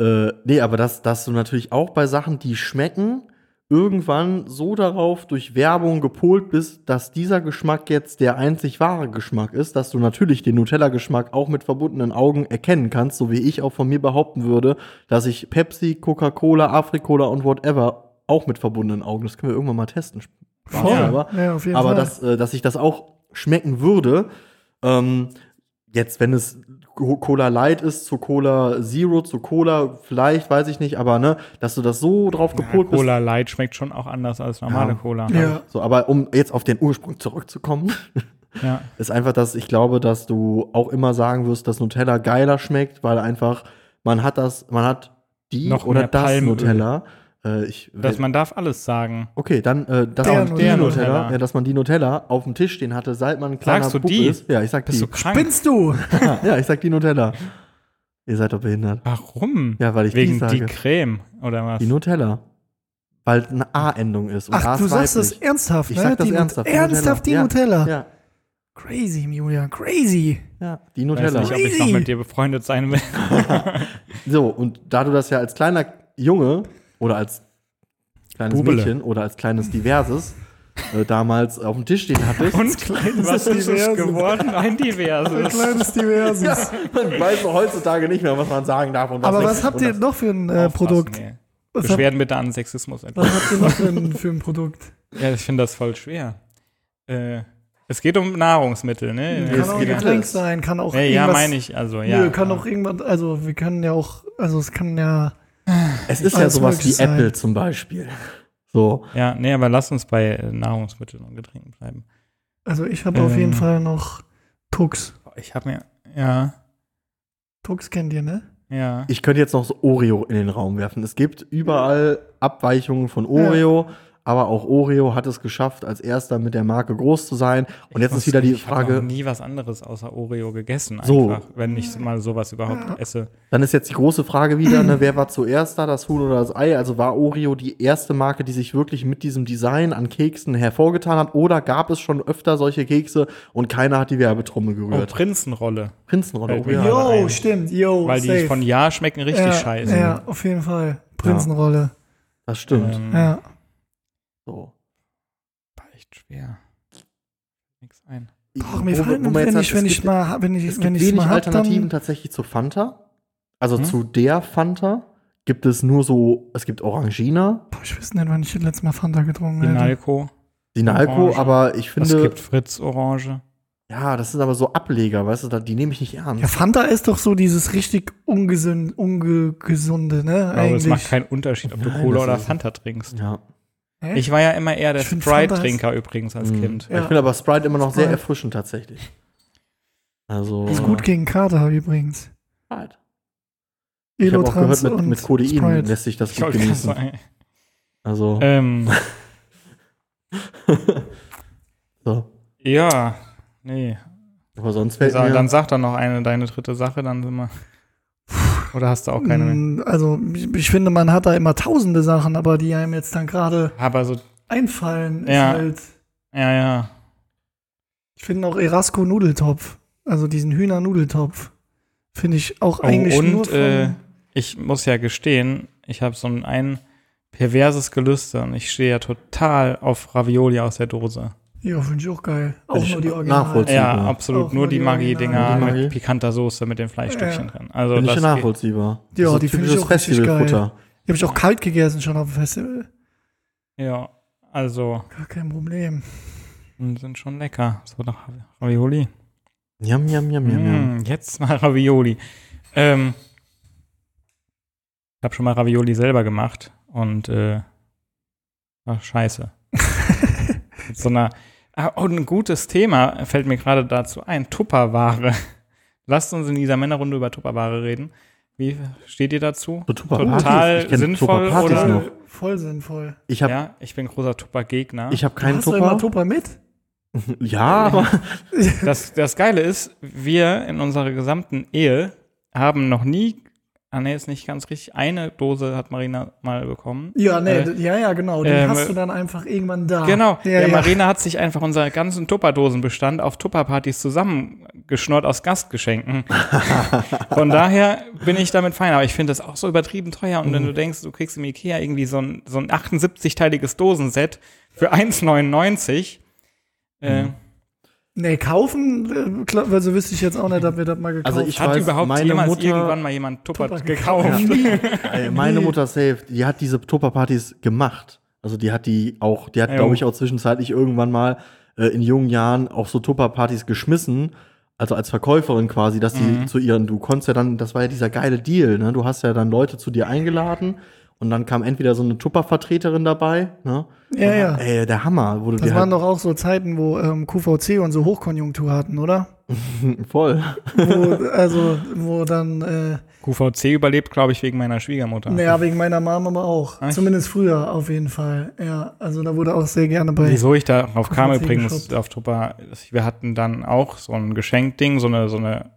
B: Äh, nee, aber dass, dass du natürlich auch bei Sachen, die schmecken, irgendwann so darauf durch Werbung gepolt bist, dass dieser Geschmack jetzt der einzig wahre Geschmack ist, dass du natürlich den Nutella-Geschmack auch mit verbundenen Augen erkennen kannst, so wie ich auch von mir behaupten würde, dass ich Pepsi, Coca-Cola, Afrikola und whatever auch mit verbundenen Augen, das können wir irgendwann mal testen. Spaß,
A: Voll.
B: aber-
C: Ja, auf jeden
B: aber
C: Fall.
B: dass, äh, dass ich das auch schmecken würde. Ähm, jetzt, wenn es Co- Cola Light ist, zu Cola Zero, zu Cola, vielleicht, weiß ich nicht, aber ne, dass du das so drauf gepolt bist.
A: Cola Light schmeckt schon auch anders als normale
B: Ja.
A: Cola.
C: ja.
B: So, aber um jetzt auf den Ursprung zurückzukommen,
A: Ja.
B: ist einfach, dass ich glaube, dass du auch immer sagen wirst, dass Nutella geiler schmeckt, weil einfach man hat das, man hat die
A: Noch
B: oder
A: mehr
B: das
A: Palmöl.
B: Nutella. Äh, ich,
A: Dass man darf alles sagen.
B: okay, dann äh, dass
C: Der
B: man die
A: Nutella.
B: Nutella, Ja, dass man die Nutella auf dem Tisch stehen hatte, seit man ein kleiner
A: Sagst du
B: Bub
A: die?
B: ist. Ja, ich sag
A: Bist
B: die.
A: du krank?
C: Binst du?
B: ja, ich sag die Nutella. Ihr seid doch behindert.
A: Warum?
B: Ja, weil ich
A: Wegen
B: die
A: die,
B: sage.
A: Creme oder was?
B: Die Nutella. Weil eine A-Endung ist. Und A
C: Ach,
B: ist
C: du sagst das
B: weiblich.
C: ernsthaft, ne?
B: Ich sag das
C: die Nut-
B: ernsthaft, die
C: Ernsthaft die
B: Nutella.
C: Nutella.
B: Ja,
C: Crazy, Julia, crazy.
B: ja, die
A: ich weiß
B: Nutella.
A: nicht, ob ich noch
C: Crazy.
A: mit dir befreundet sein will.
B: So, und da du das ja als kleiner Junge oder als kleines
A: Bubele.
B: Mädchen oder als kleines Diverses äh, damals auf dem Tisch stehen hattest.
A: Und klein, was ist es
C: Diverses.
A: geworden? Ein
C: Ein
A: Diverses.
C: kleines Diverses.
B: ja, man weiß auch heutzutage nicht mehr, was man sagen darf und was
C: Aber
B: nicht.
C: was habt ihr
B: Und
C: noch für ein äh,
A: Aufpassen,
C: Produkt?
A: ey.
C: Was, habt-
A: Beschwerden bitte an Sexismus.
C: was habt ihr noch für ein, für ein Produkt?
A: Ja, ich finde das voll schwer. Äh, es geht um Nahrungsmittel, ne?
C: Kann
B: es
C: auch ein
B: geht
C: Getränk
B: alles.
C: sein, kann auch
A: ja, ja
C: irgendwas-
A: meine ich, also ja.
C: Nö, kann auch irgendwas, also wir können ja auch, also es kann ja,
B: Es ist ja
C: alles
B: sowas wie
C: möglich sein.
B: Apple zum Beispiel. So,
A: Ja, nee, aber lass uns bei äh, Nahrungsmitteln und Getränken bleiben.
C: also ich habe auf
A: Ähm.
C: jeden Fall noch Tux.
A: Ich habe mir, ja,
C: Tux kennt ihr, ne?
A: ja.
B: ich könnte jetzt noch so Oreo in den Raum werfen. Es gibt überall Abweichungen von Oreo, aber auch Oreo hat es geschafft, als erster mit der Marke groß zu sein. Und jetzt
A: Ich
B: ist wieder die
A: muss- Ich
B: Frage,
A: habe nie was anderes außer Oreo gegessen,
B: So.
A: einfach, wenn ich mal sowas überhaupt
C: Ja.
A: esse.
B: Dann ist jetzt die große Frage wieder, ne, wer war zuerst da, das Huhn oder das Ei? Also war Oreo die erste Marke, die sich wirklich mit diesem Design an Keksen hervorgetan hat? Oder gab es schon öfter solche Kekse und keiner hat die Werbetrommel
A: Oh,
B: gerührt?
A: Prinzenrolle.
B: Prinzenrolle,
A: Fällt
B: Oreo.
A: mir
B: hat-
A: gerade ein.
C: stimmt, yo,
A: Weil die von Ja schmecken richtig
C: ja,
A: scheiße.
C: Ja, auf jeden Fall. Prinzenrolle.
B: Das stimmt.
A: Ähm,
C: Ja.
B: So.
A: war echt schwer. Nix ein.
C: Ach, mir
B: Wo-
C: fallen,
B: wo man jetzt
C: wenn
B: sagt,
C: ich,
B: es
C: wenn ich
B: gibt-
C: mal, wenn
B: Es
C: ich,
B: gibt
C: wenn ich
B: wenig
C: mal hab,
B: Alternativen
C: dann,
B: tatsächlich zu Fanta. Also
A: Hm?
B: zu der Fanta gibt es nur so, es gibt Orangina,
C: boah, ich weiß nicht, wann ich das letzte Mal Fanta getrunken
A: Die
C: habe.
A: Nalco,
B: Sinalco,
A: Orange.
B: aber ich
A: es
B: finde,
A: gibt Fritz Orange.
B: ja, das sind aber so Ableger, weißt du, da- die nehme ich nicht ernst.
C: Ja, Fanta ist doch so dieses richtig ungesund, ungesunde, ne?
A: Ich glaube, es
C: Eigentlich.
A: macht keinen Unterschied, ob du
B: Nein,
A: Cola
B: das
A: oder
B: ist-
A: Fanta trinkst.
B: ja.
C: Hä?
A: Ich war ja immer eher der
C: Ich find Fanta
A: Sprite-Trinker übrigens als
B: Mhm.
A: Kind.
C: Ja.
B: Ich finde aber Sprite immer noch sehr
C: Sprite.
B: erfrischend tatsächlich. Also
C: ist gut gegen Kater übrigens.
B: Sprite. Ich habe auch gehört,
C: Elotrans
B: mit,
C: und
B: mit Codein
C: Sprite.
B: lässt sich das
A: Ich
B: gut
A: wollte gerade
B: genießen.
A: sagen.
B: Also
A: Ähm,
B: so.
A: ja, nee.
B: Aber sonst fällt
A: Sa-
B: mir
A: Dann sag dann noch eine, deine dritte Sache, dann sind wir. Oder hast du auch keine mehr?
C: Mm, Also ich, ich finde, man hat da immer tausende Sachen, aber die einem jetzt dann gerade
A: Aber so,
C: einfallen, ist
A: Ja.
C: halt.
A: ja, ja.
C: Ich finde auch Erasco Nudeltopf, also diesen Hühner Nudeltopf, finde ich auch
A: Oh,
C: eigentlich
A: und,
C: nur von,
A: äh, Ich muss ja gestehen, ich habe so ein, ein perverses Gelüste und ich stehe ja total auf Ravioli aus der Dose.
C: ja, finde ich auch geil. Auch
B: ich
C: nur die Original.
B: nachvollziehen.
A: Ja,
B: Super.
A: absolut.
C: Auch
A: nur
C: nur
A: die
C: die
A: Maggi-Dinger
B: Originalen. Die
A: mit
B: Maggi.
A: pikanter Soße mit den Fleischstückchen
C: Ja.
A: drin. Also
B: bin ich
A: das
B: schon
A: geht-
B: nachvollziehbar.
C: Ja,
B: Das ist so
C: die finde ich
B: typisches
C: auch richtig
B: Festivalfutter.
C: Die habe ich auch kalt gegessen schon auf dem Festival.
A: Ja, also
C: Gar kein Problem.
A: sind schon lecker. So nach Ravioli.
B: Yum, yum, yum, yum,
C: Hm.
B: yum.
A: Mm, jetzt mal Ravioli. Ähm, ich habe schon mal Ravioli selber gemacht und äh, war scheiße. Mit so einer, ah, und ein gutes Thema fällt mir gerade dazu ein. Tupperware. Lasst uns in dieser Männerrunde über Tupperware reden. Wie steht ihr dazu?
B: So Tupperpartys.
A: Total
B: Ich kenn
A: sinnvoll
B: Tupperpartys
A: oder-
B: noch.
C: voll sinnvoll.
B: Ich habe
A: ja, ich bin großer Tupper-Gegner.
B: ich hab
C: Du
B: keinen
C: hast doch immer
B: Tupper.
C: Tupper mit?
B: Ja, aber
A: Das, das Geile ist, wir in unserer gesamten Ehe haben noch nie, ah ne, ist nicht ganz richtig, eine Dose hat Marina mal bekommen.
C: Ja, nee,
A: Äh,
C: d- ja, ja, genau. Den
A: ähm,
C: hast du dann einfach irgendwann da.
A: Genau,
C: Ja,
A: der
C: ja.
A: Marina hat sich einfach unseren ganzen Tupperdosenbestand auf Tupperpartys zusammengeschnurrt aus Gastgeschenken. Von daher bin ich damit fein, aber ich finde das auch so übertrieben teuer. Und wenn
B: Mhm.
A: du denkst, du kriegst im Ikea irgendwie so ein, so ein 78-teiliges Dosenset für 1,99,
B: Mhm.
A: äh,
C: Nee, kaufen, äh, klar, also wüsste ich jetzt auch nicht, ob wir das mal gekauft
B: Also ich
A: hat
B: weiß,
A: überhaupt
B: meine
A: jemals
B: Mutter-
A: irgendwann mal jemand Tupper,
C: Tupper
A: gekauft?
B: Ey, meine Mutter safe, die hat diese Tupperpartys gemacht. Also die hat die auch, die hat,
A: Ja,
B: glaube
A: jo.
B: ich, auch zwischenzeitlich irgendwann mal äh, in jungen Jahren auch so Tupperpartys geschmissen. Also als Verkäuferin quasi, dass die zu ihren, du konntest ja dann, das war ja dieser geile Deal, ne? Du hast ja dann Leute zu dir eingeladen und dann kam entweder so eine Tuppervertreterin dabei, ne?
C: Ja, ja.
B: Ey, der Hammer, wo du
C: Das
B: dir
C: waren
B: halt
C: doch auch so Zeiten, wo ähm, QVC und so Hochkonjunktur hatten, oder?
B: voll.
C: Wo, also, wo dann, äh,
A: QVC überlebt, glaube ich, wegen meiner Schwiegermutter.
C: naja, wegen meiner Mom aber auch.
A: Echt?
C: Zumindest früher auf jeden Fall. Ja, also da wurde auch sehr gerne bei.
A: Wieso ich darauf kam
C: Kurz mal
A: übrigens
C: zehn
A: auf Tupper, wir hatten dann auch so ein Geschenkding, so eine, so eine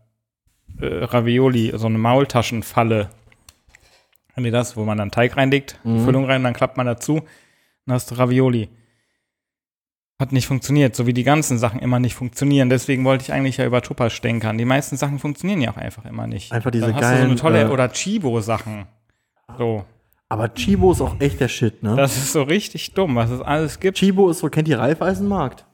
A: äh, Ravioli, so eine Maultaschenfalle. Haben die das, wo man dann Teig reinlegt, die
B: Mhm.
A: Füllung rein, dann klappt man dazu, dann hast du Ravioli. Hat nicht funktioniert, so wie die ganzen Sachen immer nicht funktionieren. Deswegen wollte ich eigentlich ja über Tupper stänkern. Die meisten Sachen funktionieren ja auch einfach immer nicht.
B: Einfach diese äh,
A: dann hast
B: geilen,
A: Du so eine tolle,
B: äh,
A: oder Chibo-Sachen. So.
B: Aber Chibo ist auch echt der Shit, ne?
A: Das ist so richtig dumm, was es alles gibt.
B: Chibo ist so, kennt ihr Raiffeisenmarkt?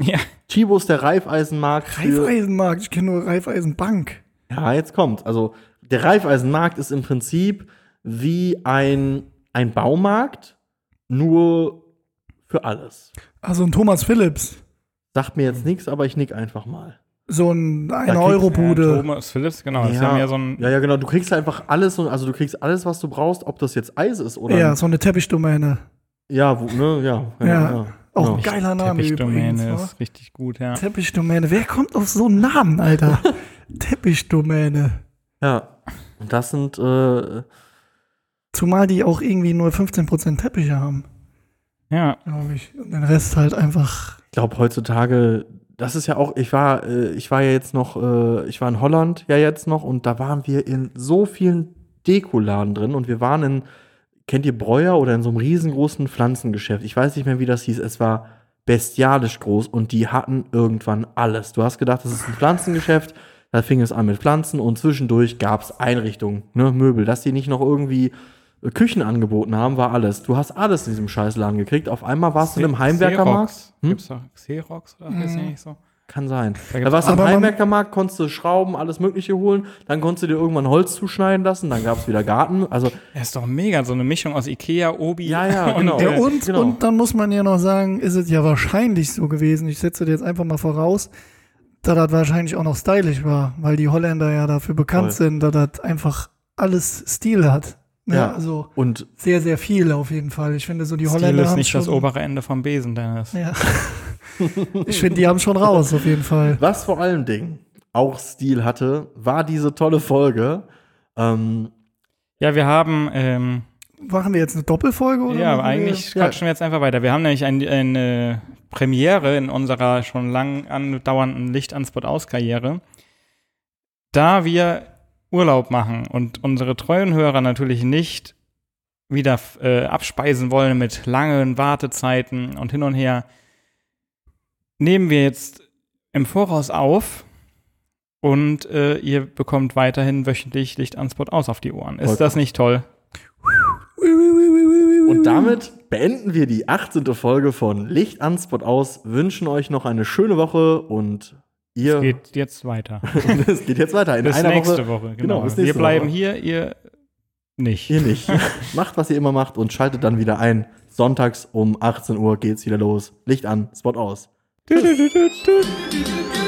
A: Ja.
B: Chibo ist der Raiffeisenmarkt. für-
C: Reifeisenmarkt, ich kenne nur Reifeisenbank.
B: Ja, jetzt kommt. Also der Raiffeisenmarkt ist im Prinzip wie ein, ein Baumarkt, nur für alles.
C: Also ein Thomas Phillips,
B: Sagt mir jetzt nichts, aber ich nick einfach mal.
C: so ein
A: Ja,
C: 1-Euro-Bude.
A: Thomas Phillips, genau. Das ist ja mehr so ein.
B: ja, ja, genau. Du kriegst einfach alles und also du kriegst alles, was du brauchst, ob das jetzt Eis ist oder.
C: Ja, so eine Teppichdomäne.
B: ja, wo, ne, ja.
C: Ja, auch
B: genau.
C: ein geiler Name übrigens. ne?
A: Teppichdomäne
C: wa?
A: ist richtig gut, ja.
C: Teppichdomäne, wer kommt auf so einen Namen, Alter? Teppichdomäne.
B: ja. Und das sind äh,
C: Zumal die auch irgendwie nur 15% Teppiche haben,
A: Ja.
C: glaube ich. Und den Rest halt einfach.
B: Ich glaube heutzutage, das ist ja auch, ich war, äh, ich war ja jetzt noch, äh, ich war in Holland ja jetzt noch und da waren wir in so vielen Dekoladen drin und wir waren in, kennt ihr Breuer oder in so einem riesengroßen Pflanzengeschäft? Ich weiß nicht mehr, wie das hieß. Es war bestialisch groß und die hatten irgendwann alles. Du hast gedacht, das ist ein Pflanzengeschäft. Da fing es an mit Pflanzen und zwischendurch gab es Einrichtungen, ne, Möbel, dass die nicht noch irgendwie äh, Küchen angeboten haben, war alles. Du hast alles in diesem Scheißladen gekriegt. Auf einmal warst du in einem Heimwerkermarkt.
A: Xerox.
B: Hm?
A: Gibt's doch Xerox oder mhm. nicht so?
B: Kann sein.
A: Da
B: Da,
A: gibt's
B: warst du im
C: Aber man-
B: Heimwerkermarkt, konntest du Schrauben, alles Mögliche holen, dann konntest du dir irgendwann Holz zuschneiden lassen, dann gab es wieder Garten. Also,
A: Das ist doch mega, so eine Mischung aus Ikea, Obi.
B: Ja, ja, genau.
A: Und,
C: Ja,
A: äh,
C: und,
B: genau.
C: und dann muss man ja noch sagen, ist es ja wahrscheinlich so gewesen, ich setze dir jetzt einfach mal voraus, da das wahrscheinlich auch noch stylisch war, weil die Holländer ja dafür bekannt
B: Voll.
C: sind, da das einfach alles Stil hat. Ja,
B: Ja.
C: Also
B: und
C: sehr, sehr viel auf jeden Fall. Ich finde so die
A: Stil
C: Holländer
A: ist
C: haben
A: nicht
C: schon,
A: das obere Ende vom Besen, Dennis.
C: Ja. ich finde, die haben schon raus, auf jeden Fall.
B: was vor allen Dingen auch Stil hatte, war diese tolle Folge. Ähm,
A: Ja, wir haben, ähm,
C: Machen wir jetzt eine Doppelfolge oder?
A: ja,
C: machen wir-
A: eigentlich
B: ja.
A: quatschen wir jetzt einfach weiter. Wir haben nämlich ein, eine Premiere in unserer schon lang andauernden Licht an Spot aus Karriere. Da wir Urlaub machen und unsere treuen Hörer natürlich nicht wieder äh, abspeisen wollen mit langen Wartezeiten und hin und her, nehmen wir jetzt im Voraus auf und äh, ihr bekommt weiterhin wöchentlich Licht an Spot aus auf die Ohren. Ist das nicht toll?
C: Ui, ui, ui, ui, ui, ui,
B: und
C: ui.
B: damit beenden wir die 18. Folge von Licht an, Spot aus, wünschen euch noch eine schöne Woche und ihr.
A: Geht jetzt weiter.
B: es geht jetzt weiter. In
A: Bis
B: einer
A: nächste
B: Woche.
A: Woche. genau.
B: bis nächste
A: wir bleiben
B: Woche.
A: hier, ihr nicht.
B: Ihr nicht. macht, was ihr immer macht und schaltet dann wieder ein. Sonntags um 18 Uhr geht's wieder los. Licht an, Spot aus.
D: Thank you.